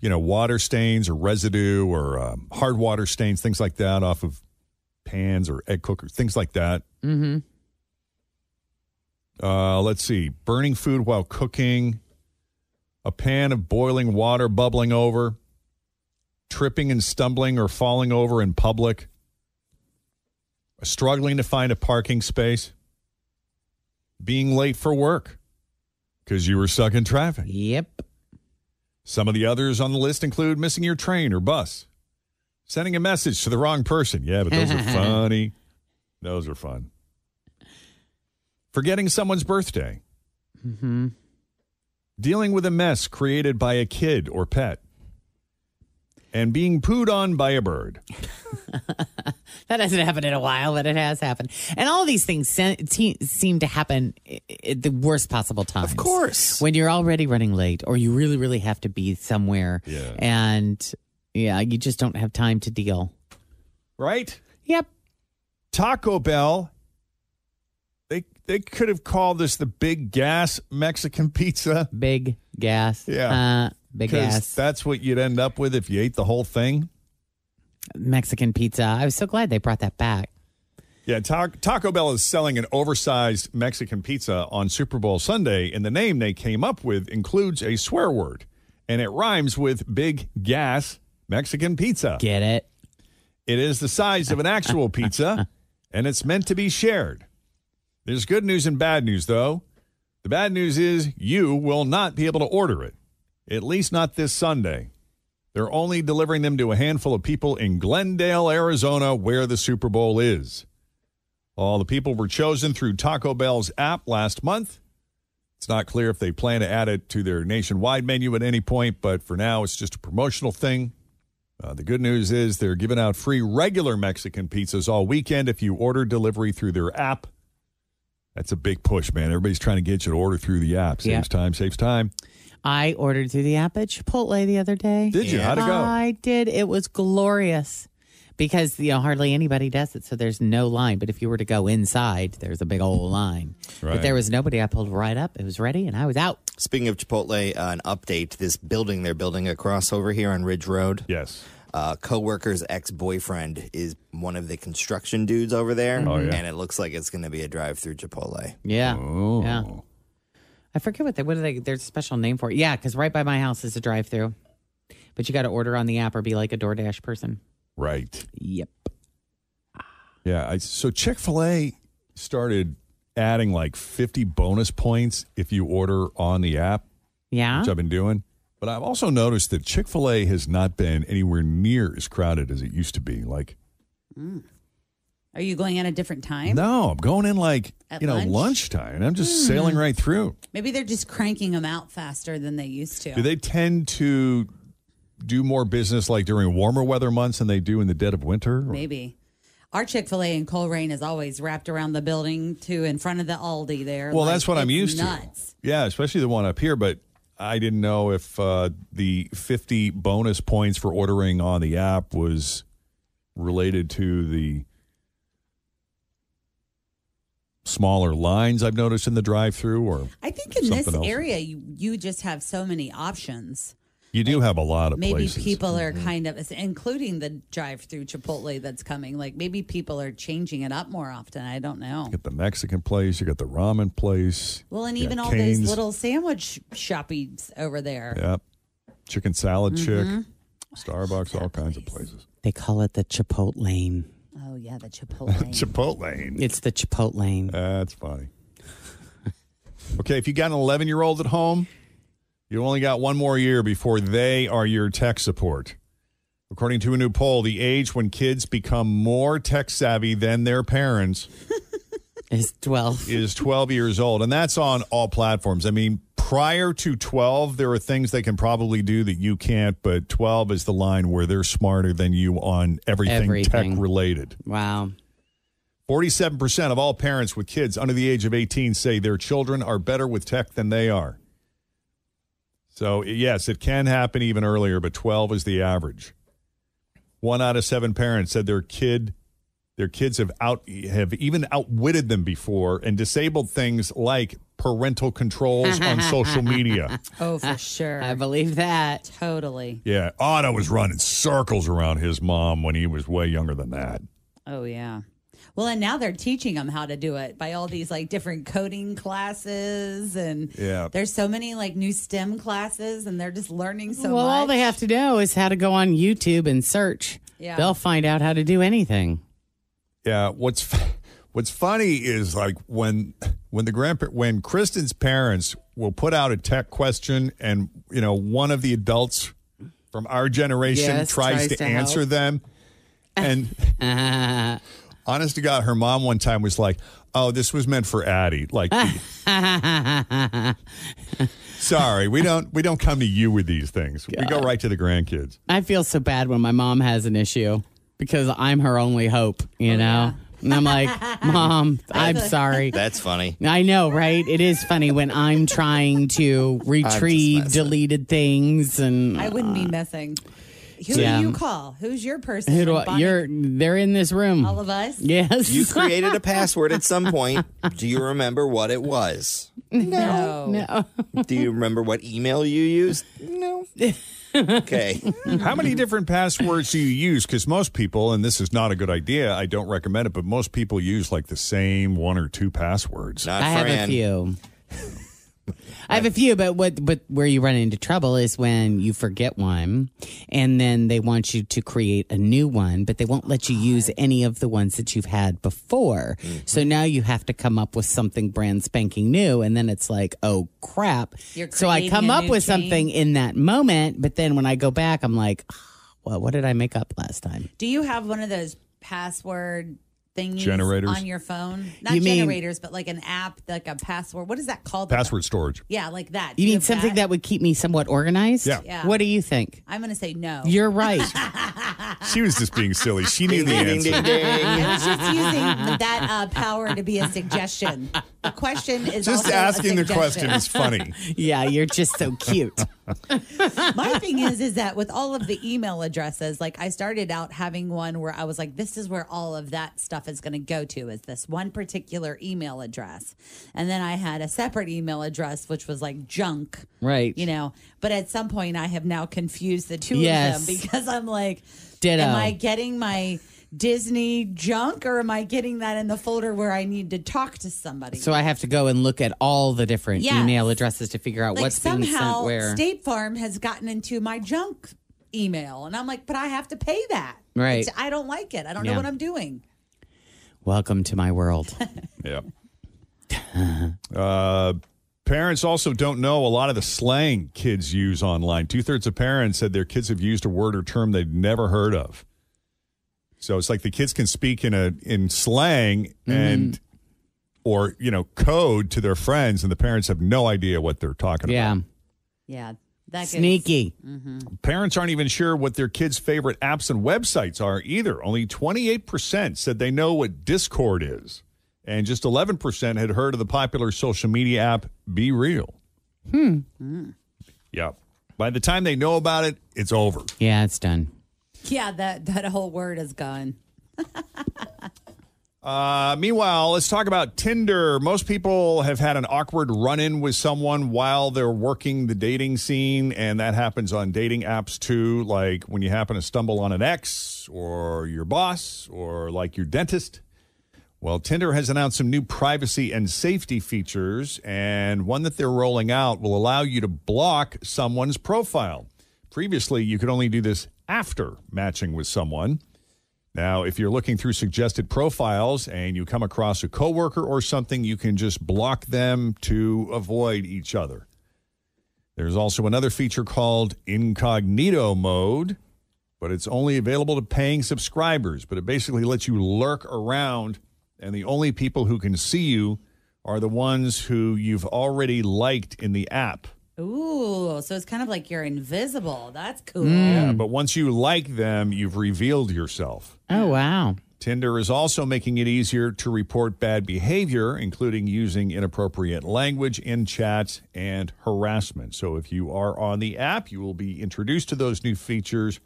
you know water stains or residue or um, hard water stains things like that off of pans or egg cookers things like that. Mm-hmm. Uh, let's see. Burning food while cooking, a pan of boiling water bubbling over, tripping and stumbling or falling over in public, struggling to find a parking space, being late for work because you were stuck in traffic. Yep. Some of the others on the list include missing your train or bus, sending a message to the wrong person. Yeah, but those are funny. Those are fun. Forgetting someone's birthday. Mm-hmm. dealing with a mess created by a kid or pet, and being pooed on by a bird. That hasn't happened in a while, but it has happened. And all these things se- te- seem to happen i- at the worst possible times. Of course. When you're already running late or you really, really have to be somewhere. Yeah. And yeah, you just don't have time to deal. Right? Yep. Taco Bell. They they could have called this the big gas Mexican pizza. Big gas. Yeah. Uh, big 'Cause gas. That's what you'd end up with if you ate the whole thing. Mexican pizza. I was so glad they brought that back. Yeah, Ta- Taco Bell is selling an oversized Mexican pizza on Super Bowl Sunday, and the name they came up with includes a swear word, and it rhymes with big gas Mexican pizza. Get it? It is the size of an actual pizza, and it's meant to be shared. There's good news and bad news, though. The bad news is you will not be able to order it, at least not this Sunday. They're only delivering them to a handful of people in Glendale, Arizona, where the Super Bowl is. All the people were chosen through Taco Bell's app last month. It's not clear if they plan to add it to their nationwide menu at any point, but for now, it's just a promotional thing. Uh, the good news is they're giving out free regular Mexican pizzas all weekend if you order delivery through their app. That's a big push, man. Everybody's trying to get you to order through the app. Saves Yeah. time, saves time. I ordered through the app at Chipotle the other day. Did you? How'd it go? I did. It was glorious because you know hardly anybody does it, so there's no line. But if you were to go inside, there's a big old line. Right. But there was nobody. I pulled right up. It was ready, and I was out. Speaking of Chipotle, uh, an update. This building they're building across over here on Ridge Road. Yes. Uh, co-worker's ex-boyfriend is one of the construction dudes over there. Oh, yeah. And it looks like it's going to be a drive-through Chipotle. Yeah. Yeah. I forget what they what are they there's a special name for it. Yeah, because right by my house is a drive through. But you gotta order on the app or be like a DoorDash person. Right. Yep. Yeah. I, so Chick fil A started adding like 50 bonus points if you order on the app. Yeah. Which I've been doing. But I've also noticed that Chick fil A has not been anywhere near as crowded as it used to be. Like, Mm. Are you going at a different time? no, I'm going in like, At you know, lunch? lunchtime. and I'm just Hmm. sailing right through. Maybe they're just cranking them out faster than they used to. Do they tend to do more business like during warmer weather months than they do in the dead of winter? Maybe. Our Chick fil A in Coleraine is always wrapped around the building to in front of the Aldi there. Well, Like, that's what I'm it's used nuts. to. Yeah, especially the one up here. But I didn't know if uh, the 50 bonus points for ordering on the app was related to the smaller lines I've noticed in the drive-through, or I think in something this else. area, you, you just have so many options. You do have a lot of Maybe places. Mm-hmm. people are kind of, including the drive through Chipotle that's coming, like maybe people are changing it up more often. I don't know. You got the Mexican place, you got the ramen place. Well, and you got even all Cane's. those little sandwich shoppies over there. Yep. Chicken salad Mhm. chick, Starbucks, all kinds of places. They call it the Chipotle lane. Oh, yeah, the Chipotle. Chipotle. It's the Chipotle lane. That's funny. Okay, if you got an 11 year old at home, you only got one more year before they are your tech support. According to a new poll, the age when kids become more tech savvy than their parents is 12. Is 12 years old. And that's on all platforms. I mean, prior to 12, there are things they can probably do that you can't, but 12 is the line where they're smarter than you on everything, tech Everything. related. Wow. 47% of all parents with kids under the age of 18 say their children are better with tech than they are. So, yes, it can happen even earlier, but 12 is the average. One out of seven parents said their kid their kids have out have even outwitted them before and disabled things like parental controls on social media. Oh, for sure. I believe that. Totally. Yeah, Otto was running circles around his mom when he was way younger than that. Oh, yeah. Well, and now they're teaching them how to do it by all these like different coding classes and Yeah. There's so many like new STEM classes, and they're just learning so well, much. all they have to know is how to go on YouTube and search. Yeah. They'll find out how to do anything. Yeah, what's f- what's funny is like when when the grandpa when Kristen's parents will put out a tech question and you know one of the adults from our generation Yes, tries, tries to, to answer help. them and honest to god her mom one time was like oh this was meant for addie like sorry we don't we don't come to you with these things we go right to the grandkids I feel so bad when my mom has an issue because I'm her only hope, you know? And I'm like, Mom, I'm sorry. That's funny. I know, right? It is funny when I'm trying to retrieve deleted things and I wouldn't be messing. Who Yeah. do you call? Who's your person? Who do from I, Bonnie- you're they're in this room. all of us. Yes. You created a password at some point. Do you remember what it was? No. No. Do you remember what email you used? No. Okay. How many different passwords do you use? Because most people, and this is not a good idea, I don't recommend it, but most people use like the same one or two passwords. Not I have a few. I have a few, but what but where you run into trouble is when you forget one and then they want you to create a new one, but they won't let you use any of the ones that you've had before. Mm-hmm. So now you have to come up with something brand spanking new and then it's like, oh crap. You're so I creating come a up new with chain. something in that moment, but then when I go back I'm like, "Ah, well, what did I make up last time? Do you have one of those password thingies Generators? on your phone? Not You mean- generators, but like an app, like a password. What is that called? Password storage. Yeah, like that. You Do need have something that would keep me somewhat organized? Yeah. Yeah. What do you think? Oh. I'm going to say no. You're right. She was just being silly. She knew the Ding, ding, answer. ding, ding. I was just using that uh, power to be a suggestion. The question is Just also a asking the suggestion. question is funny. yeah, you're just so cute. My thing is, is that with all of the email addresses, like I started out having one where I was like, this is where all of that stuff is going to go to, is this one particular email address. And then I had a separate email address, which was like junk, Right. you know. But at some point, I have now confused the two Yes. of them because I'm like, Ditto. am I getting my. Disney junk, or am I getting that in the folder where I need to talk to somebody? So I have to go and look at all the different Yes. email addresses to figure out like what's being somehow sent where. State Farm has gotten into my junk email, and I'm like, but I have to pay that. Right. It's- I don't like it. I don't Yeah. know what I'm doing. Welcome to my world. Yeah. Uh, parents also don't know a lot of the slang kids use online. Two thirds of parents said their kids have used a word or term they've never heard of. So it's like the kids can speak in a in slang Mm-hmm. and or you know code to their friends, and the parents have no idea what they're talking about. Yeah. That Sneaky. Parents aren't even sure what their kids' favorite apps and websites are either. Only 28% said they know what Discord is, and just 11% had heard of the popular social media app Be Real. Hmm. Yeah. By the time they know about it, it's over. Yeah, it's done. Yeah, that that whole word is gone. Uh, meanwhile, let's talk about Tinder. Most people have had an awkward run in with someone while they're working the dating scene, and that happens on dating apps too, like when you happen to stumble on an ex or your boss or like your dentist. Well, Tinder has announced some new privacy and safety features, and one that they're rolling out will allow you to block someone's profile. Previously, you could only do this after matching with someone. Now, if you're looking through suggested profiles and you come across a coworker or something, you can just block them to avoid each other. There's also another feature called incognito mode, but it's only available to paying subscribers, but it basically lets you lurk around and the only people who can see you are the ones who you've already liked in the app. Ooh, so it's kind of like you're invisible. That's cool. Mm. Yeah, but once you like them, you've revealed yourself. Oh, wow. Tinder is also making it easier to report bad behavior, including using inappropriate language in chats and harassment. So if you are on the app, you will be introduced to those new features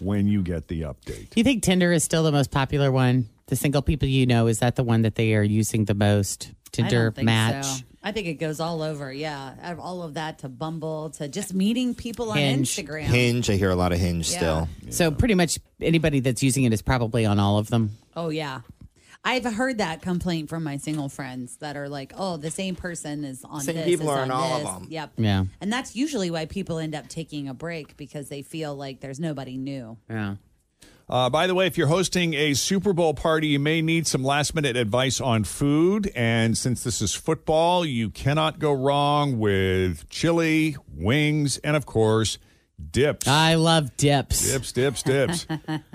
when you get the update. Do you think Tinder is still the most popular one? The single people you know, is that the one that they are using the most? I Tinder don't think match. so. I think it goes all over. Yeah, out of all of that to Bumble to just meeting people on Hinge. Instagram. Hinge. I hear a lot of hinge still. So pretty much anybody that's using it is probably on all of them. Oh yeah. I've heard that complaint from my single friends that are like, "Oh, the same person is on Same this." people is are on on all of this. them. Yep. Yeah. And that's usually why people end up taking a break because they feel like there's nobody new. Yeah. Uh, by the way, if you're hosting a Super Bowl party, you may need some last minute advice on food. And since this is football, you cannot go wrong with chili, wings, and of course, dips. I love dips. Dips, dips, dips.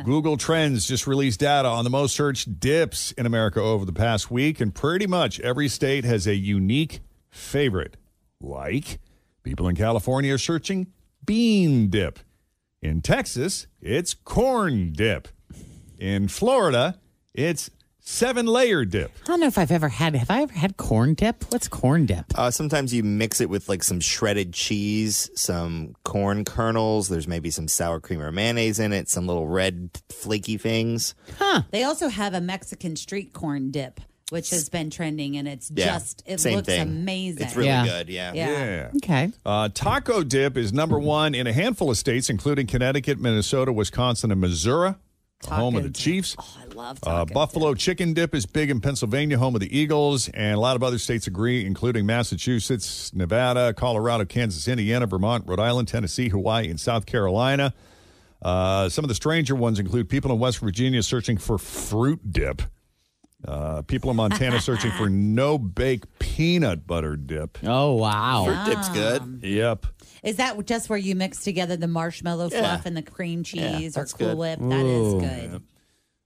Google Trends just released data on the most searched dips in America over the past week, and pretty much every state has a unique favorite. Like, people in California are searching bean dip. In Texas, it's corn dip. In Florida, it's seven layer dip. I don't know if I've ever had. Have I ever had corn dip? What's corn dip? Uh, sometimes you mix it with like some shredded cheese, some corn kernels. There's maybe some sour cream or mayonnaise in it, some little red flaky things. Huh. They also have a Mexican street corn dip, which has been trending and it's Yeah, just it same looks thing. amazing. It's really good, yeah. Yeah. Okay. Uh, taco dip is number one in a handful of states, including Connecticut, Minnesota, Wisconsin, and Missouri. home of the Chiefs. I love Uh, Buffalo chicken dip is big in Pennsylvania, home of the Eagles, and a lot of other states agree, including Massachusetts, Nevada, Colorado, Kansas, Indiana, Vermont, Rhode Island, Tennessee, Hawaii, and South Carolina. Uh, some of the stranger ones include people in West Virginia searching for fruit dip, uh, people in Montana searching for no bake peanut butter dip. Oh, wow. Fruit dip's good. Yep. Is that just where you mix together the marshmallow fluff and the cream cheese or that's Cool good. Whip? That is Ooh. good.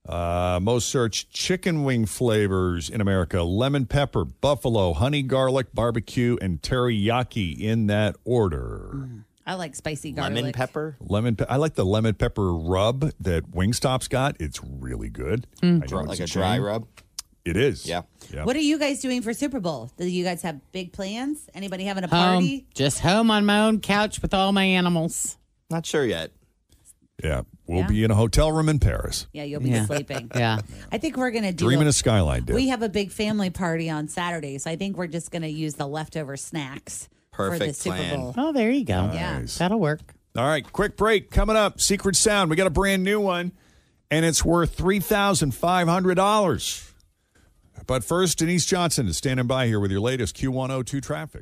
Uh, most searched chicken wing flavors in America lemon pepper, buffalo, honey garlic, barbecue, and teriyaki in that order. I like spicy garlic. Lemon pepper. Lemon. Pe- I like the lemon pepper rub that Wingstop's got. It's really good. Mm. I know Dry- it's like a dry chain. rub? It is. Yeah. yeah. What are you guys doing for Super Bowl? Do you guys have big plans? Anybody having a Home, party? just home on my own couch with all my animals. Not sure yet. Yeah. We'll Yeah. be in a hotel room in Paris. Yeah, you'll be sleeping. yeah. I think we're gonna do Dreaming a- of skyline, dude. We have a big family party on Saturday, so I think we're just gonna use the leftover snacks for the Perfect Super plan. Bowl. Oh, there you go. Yeah. That'll work. All right, quick break coming up. Secret Sound. We got a brand new one, and it's worth three thousand five hundred dollars. But first, Denise Johnson is standing by here with your latest Q one hundred two traffic.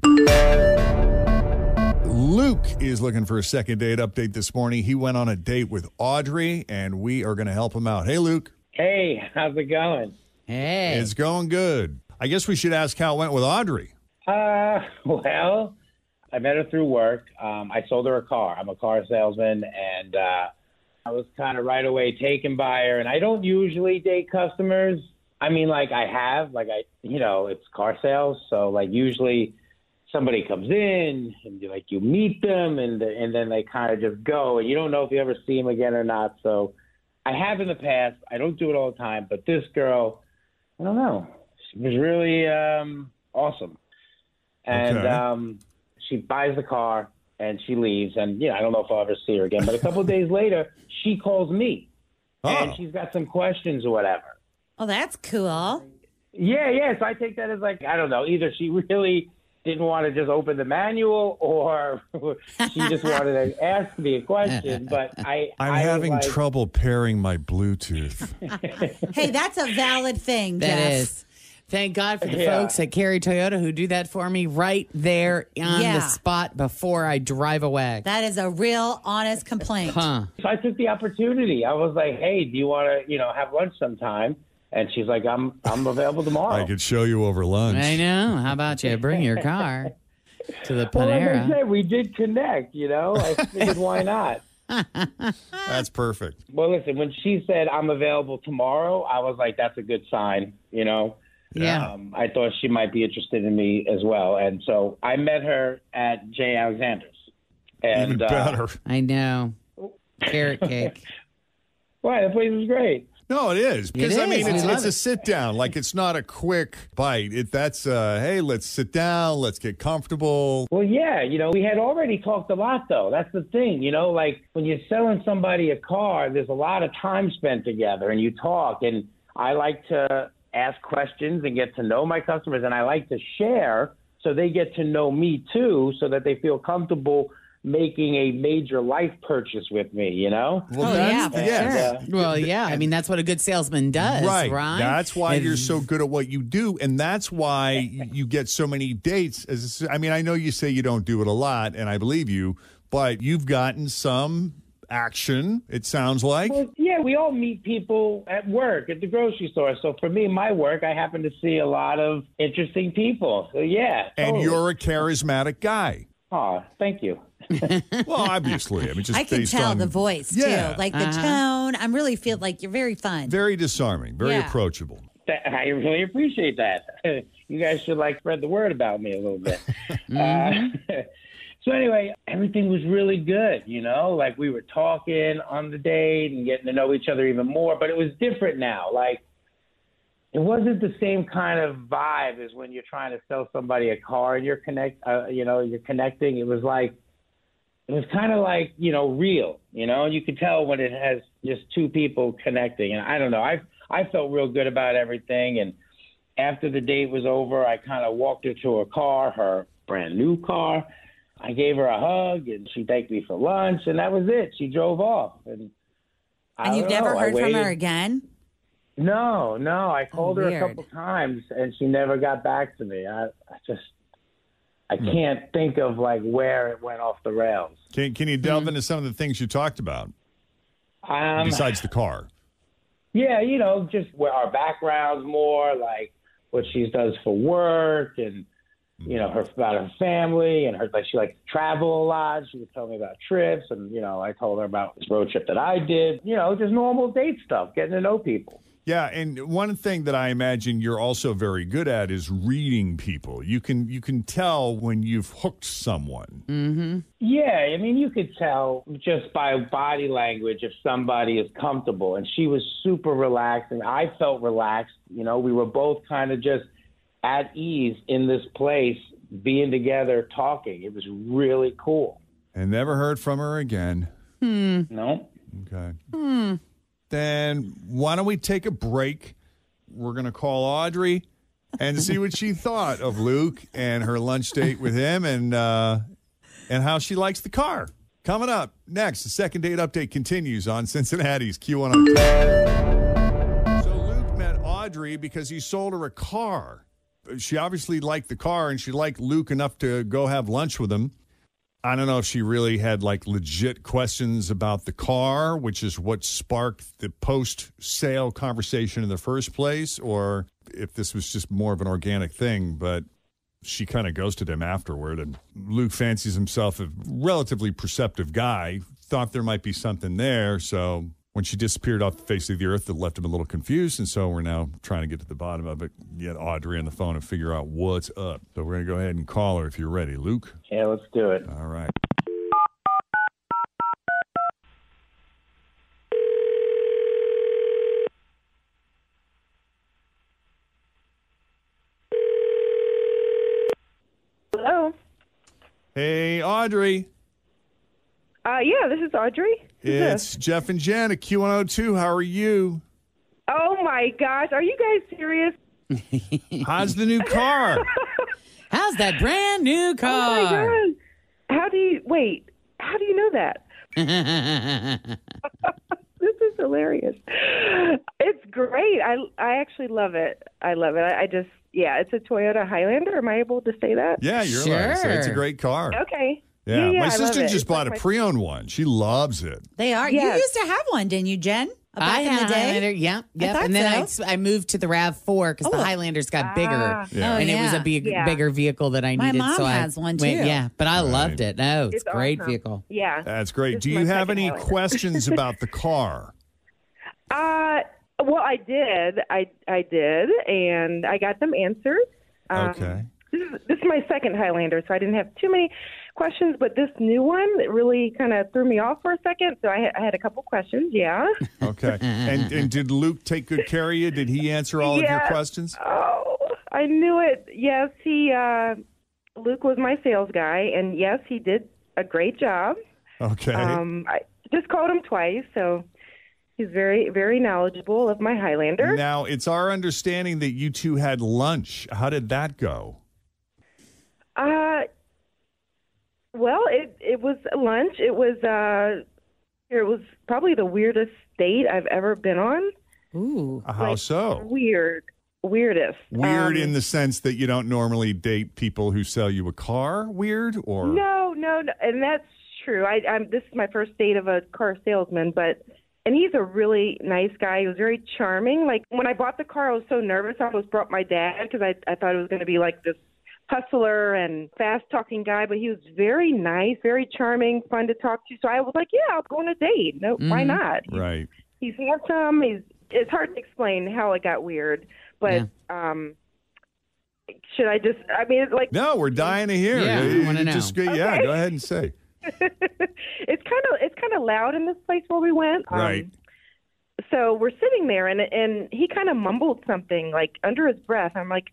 Luke is looking for a second date update this morning. He went on a date with Audrey, and we are going to help him out. Hey, Luke. Hey, how's it going? Hey. It's going good. I guess we should ask how it went with Audrey. Uh, well, I met her through work. Um, I sold her a car. I'm a car salesman, and uh, I was kind of right away taken by her. And I don't usually date customers. I mean, like I have, like I, you know, it's car sales, so like usually somebody comes in and you like you meet them, and and then they kind of just go, and you don't know if you ever see them again or not. So I have in the past. I don't do it all the time, but this girl, I don't know, she was really um, awesome and Okay. um, she buys the car and she leaves. And you know, I don't know if I'll ever see her again. But a couple of days later, she calls me, Oh. and she's got some questions or whatever. Oh, that's cool. Yeah, yeah. So I take that as like I don't know. Either she really didn't want to just open the manual, or she just wanted to ask me a question. But I, I I'm was having like- trouble pairing my Bluetooth. hey, that's a valid thing. That Jeff. is. Thank God for the Yeah. folks at Carry Toyota who do that for me right there on Yeah. the spot before I drive away. That is a real honest complaint. So I took the opportunity. I was like, "Hey, do you want to, you know, have lunch sometime?" And she's like, "I'm, I'm available Oh. tomorrow." I could show you over lunch. I know. How about you bring your car to the Well, like Panera? I said, we did connect, you know? I figured, why not? That's perfect. Well, listen, when she said, I'm available tomorrow, I was like, that's a good sign, you know? Yeah. Um, I thought she might be interested in me as well. And so I met her at Jay Alexander's. And, Even Uh, better. I know. Carrot cake. Why? The place is great. No, it is because I is. mean We it's, love it's a it. sit down. Like it's not a quick bite. It, that's uh, hey, let's sit down, let's get comfortable. Well, yeah, you know, we had already talked a lot, though. That's the thing, you know, like when you're selling somebody a car, there's a lot of time spent together and you talk. And I like to ask questions and get to know my customers, and I like to share so they get to know me too, so that they feel comfortable making a major life purchase with me, you know? Oh, yeah, for And, uh, sure. Well, yeah. I mean, that's what a good salesman does, right? That's why If- you're so good at what you do, and that's why you get so many dates. As I mean, I know you say you don't do it a lot, and I believe you, but you've gotten some action. It sounds like. Well, yeah, we all meet people at work, at the grocery store. So for me, my work, I happen to see a lot of interesting people. So yeah. And totally. you're a charismatic guy. Oh. Aw, thank you. well, obviously, I mean, just I can based tell on- the voice Yeah. Uh-huh. too, like the Uh-huh. tone. I really feel like you're very fun. Very disarming, very Yeah. approachable. Th- I really appreciate that. you guys should like spread the word about me a little bit. uh, so anyway, everything was really good. You know, like we were talking on the date and getting to know each other even more. But it was different now. Like it wasn't the same kind of vibe as when you're trying to sell somebody a car and you're connect. Uh, you know, you're connecting. It was like it was kind of like you know real you know and you could tell when it has just two people connecting and i don't know i i felt real good about everything and after the date was over i kind of walked her to her car her brand new car i gave her a hug and she thanked me for lunch and that was it she drove off and I and you've don't never know, I heard from her waited- again. no no i called her weird. a couple times and she never got back to me i, I just i can't think of like where it went off the rails Can Can you Mm-hmm. delve into some of the things you talked about um, besides the car? Yeah, you know, just where our backgrounds more, like what she does for work and you know, her about her family and her like she likes to travel a lot. She would tell me about trips and you know, I told her about this road trip that I did. You know, just normal date stuff, getting to know people. Yeah, and one thing that I imagine you're also very good at is reading people. You can you can tell when you've hooked someone. Mm-hmm. Yeah, I mean, you could tell just by body language if somebody is comfortable. And she was super relaxed, and I felt relaxed. You know, we were both kind of just at ease in this place, being together, talking. It was really cool. And never heard from her again. Hmm. No. Okay. Then why don't we take a break? We're going to call Audrey and see what she thought of Luke and her lunch date with him and uh, and how she likes the car. Coming up next, the second date update continues on Cincinnati's Q102. So Luke met Audrey because he sold her a car. She obviously liked the car and she liked Luke enough to go have lunch with him. I don't know if she really had like legit questions about the car, which is what sparked the post sale conversation in the first place, or if this was just more of an organic thing, but she kind of ghosted him afterward. And Luke fancies himself a relatively perceptive guy, thought there might be something there. So when she disappeared off the face of the earth, that left him a little confused. And so we're now trying to get to the bottom of it, get Audrey on the phone and figure out what's up. So we're going to go ahead and call her if you're ready, Luke. Yeah, let's do it. All right. Hello. Hey, Audrey. Uh, yeah, this is Audrey. Who's this? It's Jeff and Jan at Q102. How are you? Oh my gosh, are you guys serious? How's the new car? How's that brand new Oh my car? god. How do you wait? How do you know that? This is hilarious. It's great. I I actually love it. I love it. I, I just yeah, it's a Toyota Highlander. Am I able to say that? Yeah, you're allowed to say it's a great car. Okay. Yeah, yeah, I my love sister it. just It's bought like my- a pre-owned one. She loves it. They are. Yes. You used to have one, didn't you, Jen? Back I in the had a day. Highlander, yeah, I yep. thought And then so. Oh, I, I moved to the Rav Four because the Highlanders got bigger, Ah. Yeah. and Oh, it was a yeah. big, Yeah. bigger vehicle that I My needed. mom so has I one, went- too. yeah, but I loved it. No, it's, a great awesome. vehicle. Yeah. That's great. This Do is my you have second any Highlander. questions about the car? Uh, well, I did. I I did, and I got them answered. Um, Okay. This is, this is my second Highlander, so I didn't have too many questions, but this new one it really kind of threw me off for a second. So I, ha- I had a couple questions. Yeah. Okay. and and did Luke take good care of you? Did he answer all of your Yeah. questions? Oh, I knew it. Yes, he uh, Luke was my sales guy, and yes, he did a great job. Okay. Um, I just called him twice, so he's very very knowledgeable of my Highlander. now it's our understanding that you two had lunch. How did that go? Uh, well, it it was lunch. It was uh, it was probably the weirdest date I've ever been on. Ooh, How so? Weird, weirdest. Weird Um, in the sense that you don't normally date people who sell you a car. Weird or No, no, no, and that's true. I, I'm this is my first date of a car salesman, but and he's a really nice guy. He was very charming. Like when I bought the car, I was so nervous. I almost brought my dad because I I thought it was going to be like this hustler and fast talking guy, but he was very nice, very charming, fun to talk to. So I was like, yeah, I'll go on a date. No, why Mhm. not? Right. He's handsome. He's it's hard to explain how it got weird, but um. Should I just? I mean, like No, we're dying to hear. Yeah, I You- wanna you know. Just, Yeah, Okay. go ahead and say. it's kind of it's kind of loud in this place where we went. Um, Right. So we're sitting there, and and he kind of mumbled something like under his breath. I'm like,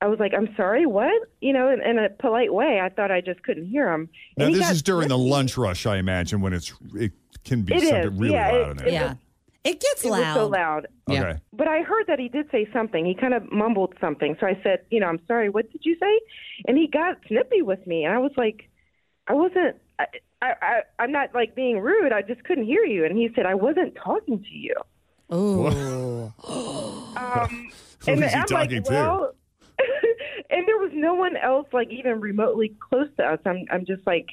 I was like, I'm sorry, what? You know, in, in a polite way. I thought I just couldn't hear him. Now and he this got- is during the lunch rush, I imagine, when it's it can be It is, something really yeah, loud it- in there. it Yeah. was- It gets it was so loud. loud. Okay. But I heard that he did say something. He kind of mumbled something. So I said, you know, I'm sorry. What did you say? And he got snippy with me, and I was like, I wasn't. I, I, I I'm not like being rude. I just couldn't hear you. And he said, I wasn't talking to you. Ooh. Um, Who and is he I'm talking like, to? well, and there was no one else like even remotely close to us. I'm I'm just like,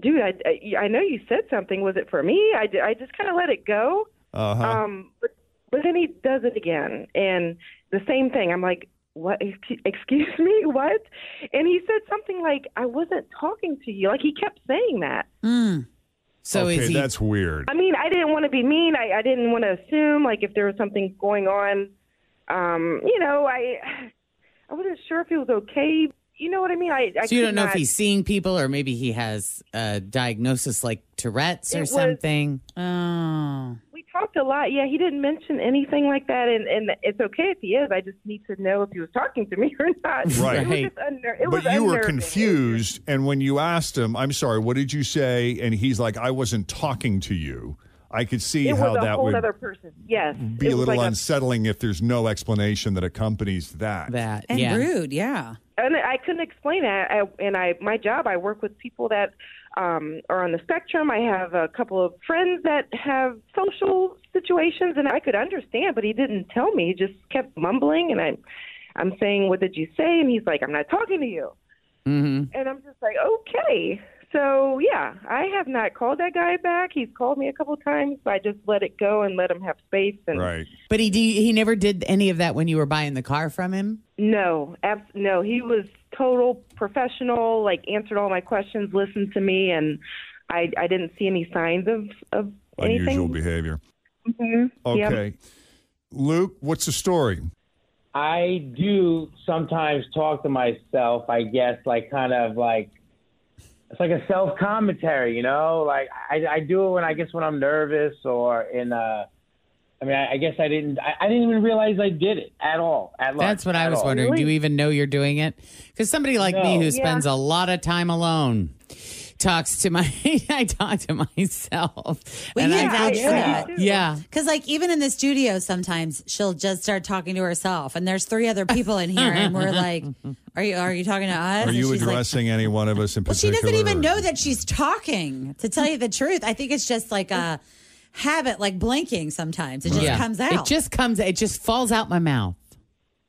dude, I I, I know you said something. Was it for me? I, di- I just kind of let it go. Uh-huh. Um, but, but then he does it again, and the same thing. I'm like, what? Ex- Excuse me, what? Hmm. And he said something like, I wasn't talking to you. Like he kept saying that. So okay, is he? that's weird. I mean, I didn't want to be mean. I, I didn't want to assume like if there was something going on. Um, you know, I I wasn't sure if he was okay. You know what I mean? I, I so you could don't know if not- he's seeing people or maybe he has a diagnosis like Tourette's It or was- something. Oh. We talked a lot. Yeah, he didn't mention anything like that, and and it's okay if he is. I just need to know if he was talking to me or not. Right. It was just unner- it was but you were unnerving. confused, and when you asked him, "I'm sorry, what did you say?" and he's like, "I wasn't talking to you." I could see It how was a that whole would other person. Yes. be It a was little like unsettling if there's no explanation that accompanies that. That And yeah. rude, yeah. and I couldn't explain that. I, and I, my job, I work with people that um, are on the spectrum. I have a couple of friends that have social situations, and I could understand, but he didn't tell me. He just kept mumbling, and I'm, I'm saying, "What did you say?" And he's like, "I'm not talking to you." Mm-hmm. And I'm just like, "Okay." So yeah, I have not called that guy back. He's called me a couple of times, but I just let it go and let him have space. And Right. But he he never did any of that when you were buying the car from him. No, abs- no. He was total professional. Like answered all my questions, listened to me, and I I didn't see any signs of of Unusual anything. behavior. Mhm. Yeah. Okay. Luke, what's the story? I do sometimes talk to myself, I guess, like kind of like it's like a self commentary, you know? Like I, I do it when I guess when I'm nervous or in a I mean, I, I guess I didn't I, I didn't even realize I did it at all. At lunch, That's what I at was all. wondering. Do you even know you're doing it? Because somebody like me No. who Yeah. spends a lot of time alone talks to my I talk to myself. We And can I vouch feel for bad. that. Yeah. Because, like, even in the studio, sometimes she'll just start talking to herself, and there's three other people in here, and we're like, "Are you are you talking to us?" Are And you she's like, addressing any one of us in Well, she particular? doesn't even know that she's talking. To tell you the truth, I think it's just like a habit, like blinking. Sometimes it just Yeah. comes out. It just comes it just falls out my mouth.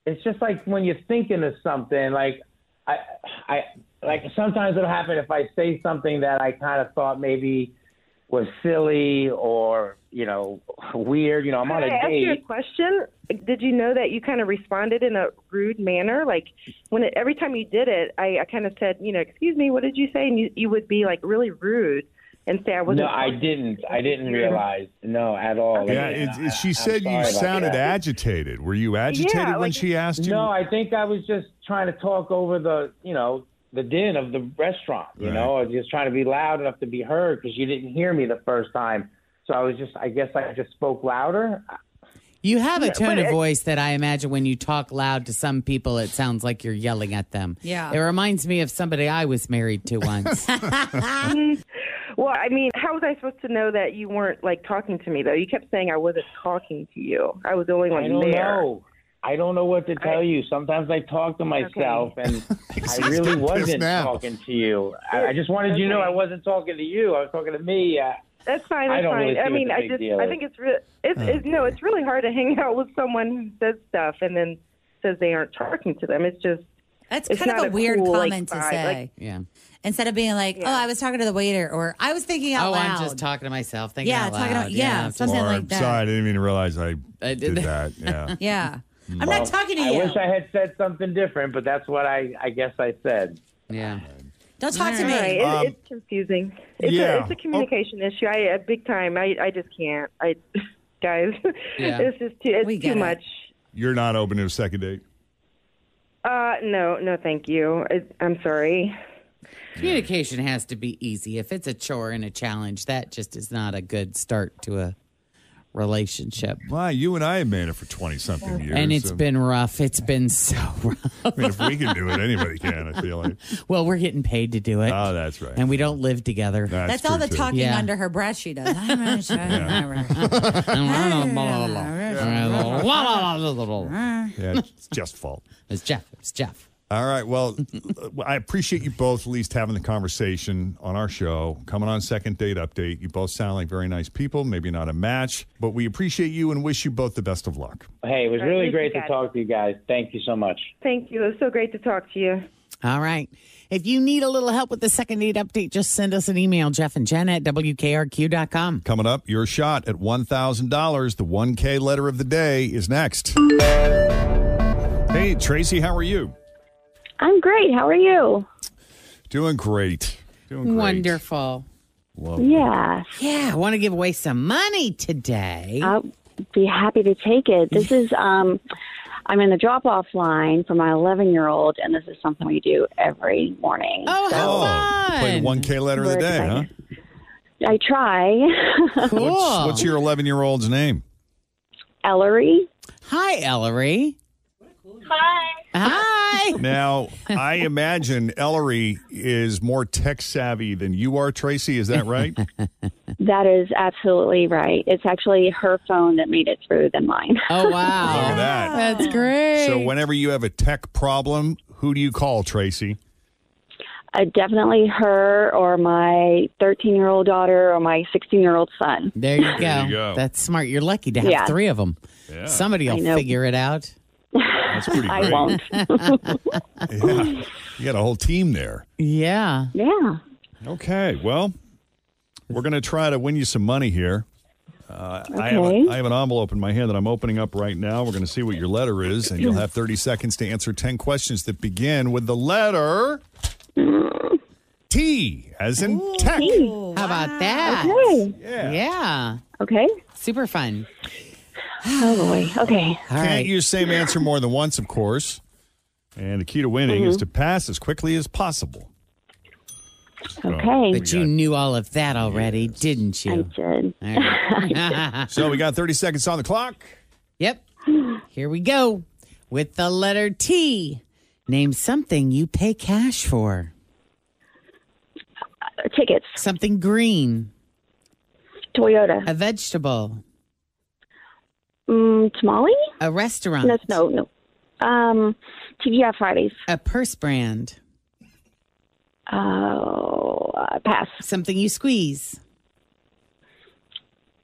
it's just like when you're thinking of something like i i like sometimes it'll happen if i say something that i kind of thought maybe was silly or you know weird you know i'm on Could I a ask you a date question? Did you know that you kind of responded in a rude manner? Like when it, every time you did it, I, I kind of said, you know, excuse me, what did you say? And you, you would be like really rude and say I wasn't. no i didn't i didn't realize no at all Yeah, Like, it, I- it, she said sorry you about sounded that. agitated. Were you agitated when she asked you? No, I think I was just trying to talk over the, you know, the din of the restaurant. You know, I was just trying to be loud enough to be heard because you didn't hear me the first time. So I was just, I guess, I just spoke louder. You have a Yeah, tone but of it- voice that I imagine when you talk loud to some people, it sounds like you're yelling at them. Yeah. It reminds me of somebody I was married to once. Mm. well, I mean, how was I supposed to know that you weren't like talking to me though? You kept saying I wasn't talking to you. I was the only one I don't there. know. I don't know what to tell you. Sometimes I talk to myself, and I really wasn't talking to you. I, I just wanted you to know Okay. I wasn't talking to you. I was talking to me. Uh, That's fine. I That's don't fine. really see I what mean, the I big just deal I is. think it's re- it's, it's no, it's really hard to hang out with someone who says stuff and then says they aren't talking to them. It's just That's it's kind of not a weird cool, like, comment to vibe. say. Like, yeah. Instead of being like, "Oh, I was talking to the waiter," or "I was thinking out oh, loud." I'm just talking to myself, thinking Yeah, out loud. talking out- yeah, I'm just- something or, like I'm that. Sorry, I didn't even realize I, did that. Yeah. yeah. I'm not talking to I you. wish I had said something different, but that's what I, I guess I said. Yeah. Don't talk to me. Right. It- it's confusing. It's, yeah. a, it's a communication issue. I uh, big time. I I just can't. I guys, Yeah. it's just too it's get too it. much. You're not open to a second date. Uh, no, no, thank you. I, I'm sorry. Communication has to be easy. If it's a chore and a challenge, that just is not a good start to a relationship. Why you and I have made it for twenty something years, and it's so- been rough. It's been so rough. I mean, if we can do it, anybody can. I feel like. Ah, Well, we're getting paid to do it. Oh, that's right. And we don't live together. That's, all the talking under her breath she does. I'm not sure. Uh. Yeah, it's Jeff's fault. It's Jeff. It's Jeff. All right. Well, I appreciate you both at least having the conversation on our show. Coming on second date update. You both sound like very nice people. Maybe not a match, but we appreciate you and wish you both the best of luck. Hey, it was All right, really thank great you, to guys. talk to you guys. Thank you so much. Thank you. It was so great to talk to you. All right. If you need a little help with the second date update, just send us an email, Jeff and Jen at WKRQ.com. Coming up, your shot at one thousand dollars. The one K letter of the day is next. Hey Tracy, how are you? I'm great. How are you? Doing great. Doing great. Wonderful. Yeah. Yeah, I want to give away some money today. I'll be happy to take it. This is um I'm in the drop off line for my eleven year old and this is something we do every morning. Oh, Play one K letter of the We're day, huh? I try. What's, what's your 11 year old's name? Ellery? Hi, Ellery. Hi. Now, I imagine Ellery is more tech savvy than you are, Tracy. Is that Oh. right? That is absolutely right. It's actually her phone that made it through than mine. Oh wow. Look at that. That's great. So, whenever you have a tech problem, who do you call, Tracy? Uh, definitely her or my 13 year old daughter or my 16 year old son. There you go. There you go. That's smart. You're lucky to have Yeah. three of them. Yeah. Somebody I will know. figure it out. That's pretty I great. won't. Yeah. You got a whole team there. Yeah. Yeah. Okay. Well, we're going to try to win you some money here. Uh, I, have a, Okay. I have an envelope in my hand that I'm opening up right now. We're going to see what your letter is, and you'll have 30 seconds to answer 10 questions that begin with the letter T, as in tech. How about that? Okay. Yeah. Okay. Super fun. Oh boy. Okay. Can't use same answer more than once, of course. And the key to winning is to pass as quickly as possible. Okay. But you knew all of that already, didn't you? I did. So we got 30 seconds on the clock. Yep. Here we go with the letter T. Name something you pay cash for. Uh, Tickets. Something green. Toyota. A vegetable. Mm, tamale? A restaurant. No, no, no. Um, TGI Fridays. A purse brand. Oh, uh, pass. Something you squeeze.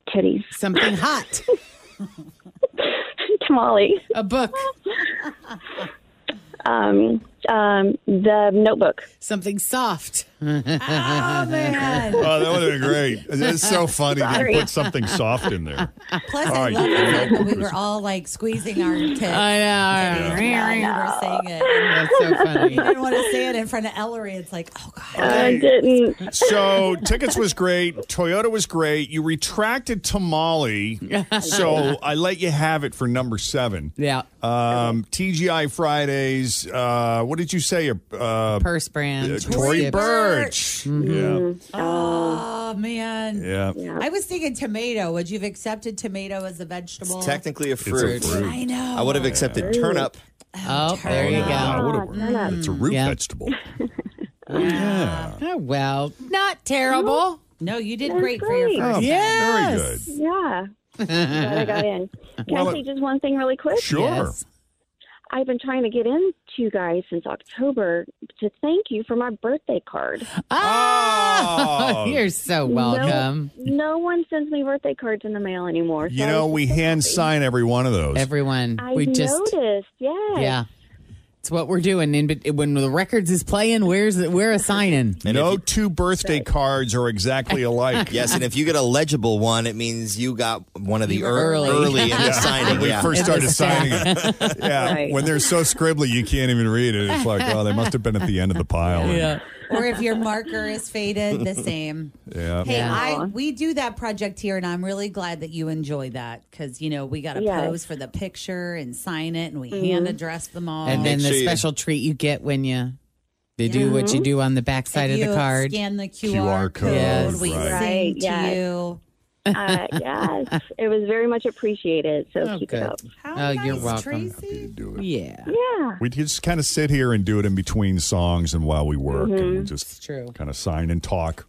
Titties. Something hot. Tamale. A book. Um, um, the Notebook. Something soft. Oh, that would have been great. It's so funny that Sorry. you put something soft in there. Plus, All I right. love the fact that we were all like squeezing our tits. I know. we were saying it. That's so funny. I didn't want to say it in front of Ellery. It's like, oh god. I didn't. So tickets was great. Toyota was great. You retracted tamale, so I let you have it for number seven. Yeah. Um, TGI Fridays. Uh, what did you say? A uh, Purse brand. Mm-hmm. uh, Tory Burch. Oh man. Yeah, yeah. I was thinking tomato. Would you have accepted tomato as a vegetable? Technically a a fruit. fruit. I know. I would have accepted turnip. Oh, there you Wow, go. what a Mm-hmm. word. It's a root Yeah. vegetable. yeah. Oh, well, not terrible. No, you did great, for your great. first. Oh, Yes. Very good. Yeah. Glad I got in. Can Well, I say just one thing really quick? Sure. Yes. I've been trying to get in to you guys since October to thank you for my birthday card. Oh, Oh. you're so welcome. No, no one sends me birthday cards in the mail anymore. so You I know, was we just so hand happy. sign every one of those. Everyone, I we just noticed. Yes. yeah, it's what we're doing. In bet- when the records is playing, where's the, we're assigning. no two birthday cards are exactly alike. Yes, and if you get a legible one, it means you got one of the You ear- were early, early. in the signing. When we yeah. first started was signing it. Yeah, Right. when they're so scribbly you can't even read it. It's like, oh, they must have been at the end of the pile. Yeah. Or if your marker is faded, the same. Yeah. Hey, Yeah. I we do that project here, and I'm really glad that you enjoy that because you know we got to Yes. pose for the picture and sign it, and we hand address them all. And then Make sure the you- special treat you get when you they do what you do on the back side If of the you card. Scan the QR, QR code. Yes. We right. sing Right, to yes. you. Uh, yes. It was very much appreciated. So Oh, keep good. it up. Oh, you're welcome. Yeah, Yeah. We just kind of sit here and do it in between songs and while we work and we just it's true. kind of sign and talk,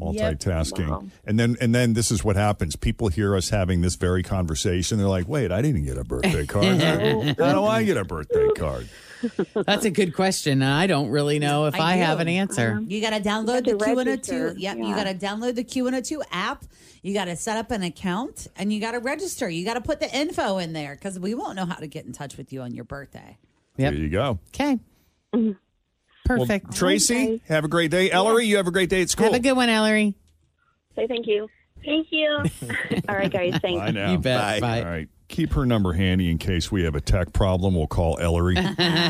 multitasking. Wow. And then and then this is what happens. People hear us having this very conversation. They're like, "Wait, I didn't get a birthday card. How do I get a birthday card?" That's a good question. and I don't really know if I, I have do. an answer. Uh-huh. You got to download the You have to Q102. register. Yep, you Yeah. got to download the Q102 app. You got to set up an account and you got to register. You got to put the info in there because we won't know how to get in touch with you on your birthday. Yep. There you go. Okay, Well, perfect. Tracy, have a great day. Ellery, you have a great day at school. Have a good one, Ellery. Say thank you. Thank you. All right, guys. Thanks. Bye now. You bet. Bye. Bye. All right. Keep her number handy in case we have a tech problem. We'll call Ellery. It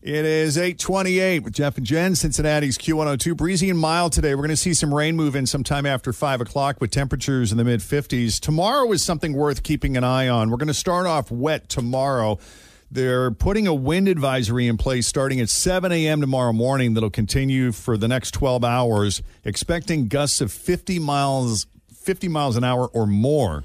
is 828 with Jeff and Jen, Cincinnati's Q102. Breezy and mild today. We're going to see some rain move in sometime after 5 o'clock with temperatures in the mid 50s. Tomorrow is something worth keeping an eye on. We're going to start off wet tomorrow. They're putting a wind advisory in place starting at 7 a.m. tomorrow morning that'll continue for the next 12 hours, expecting gusts of 50 miles, 50 miles an hour or more.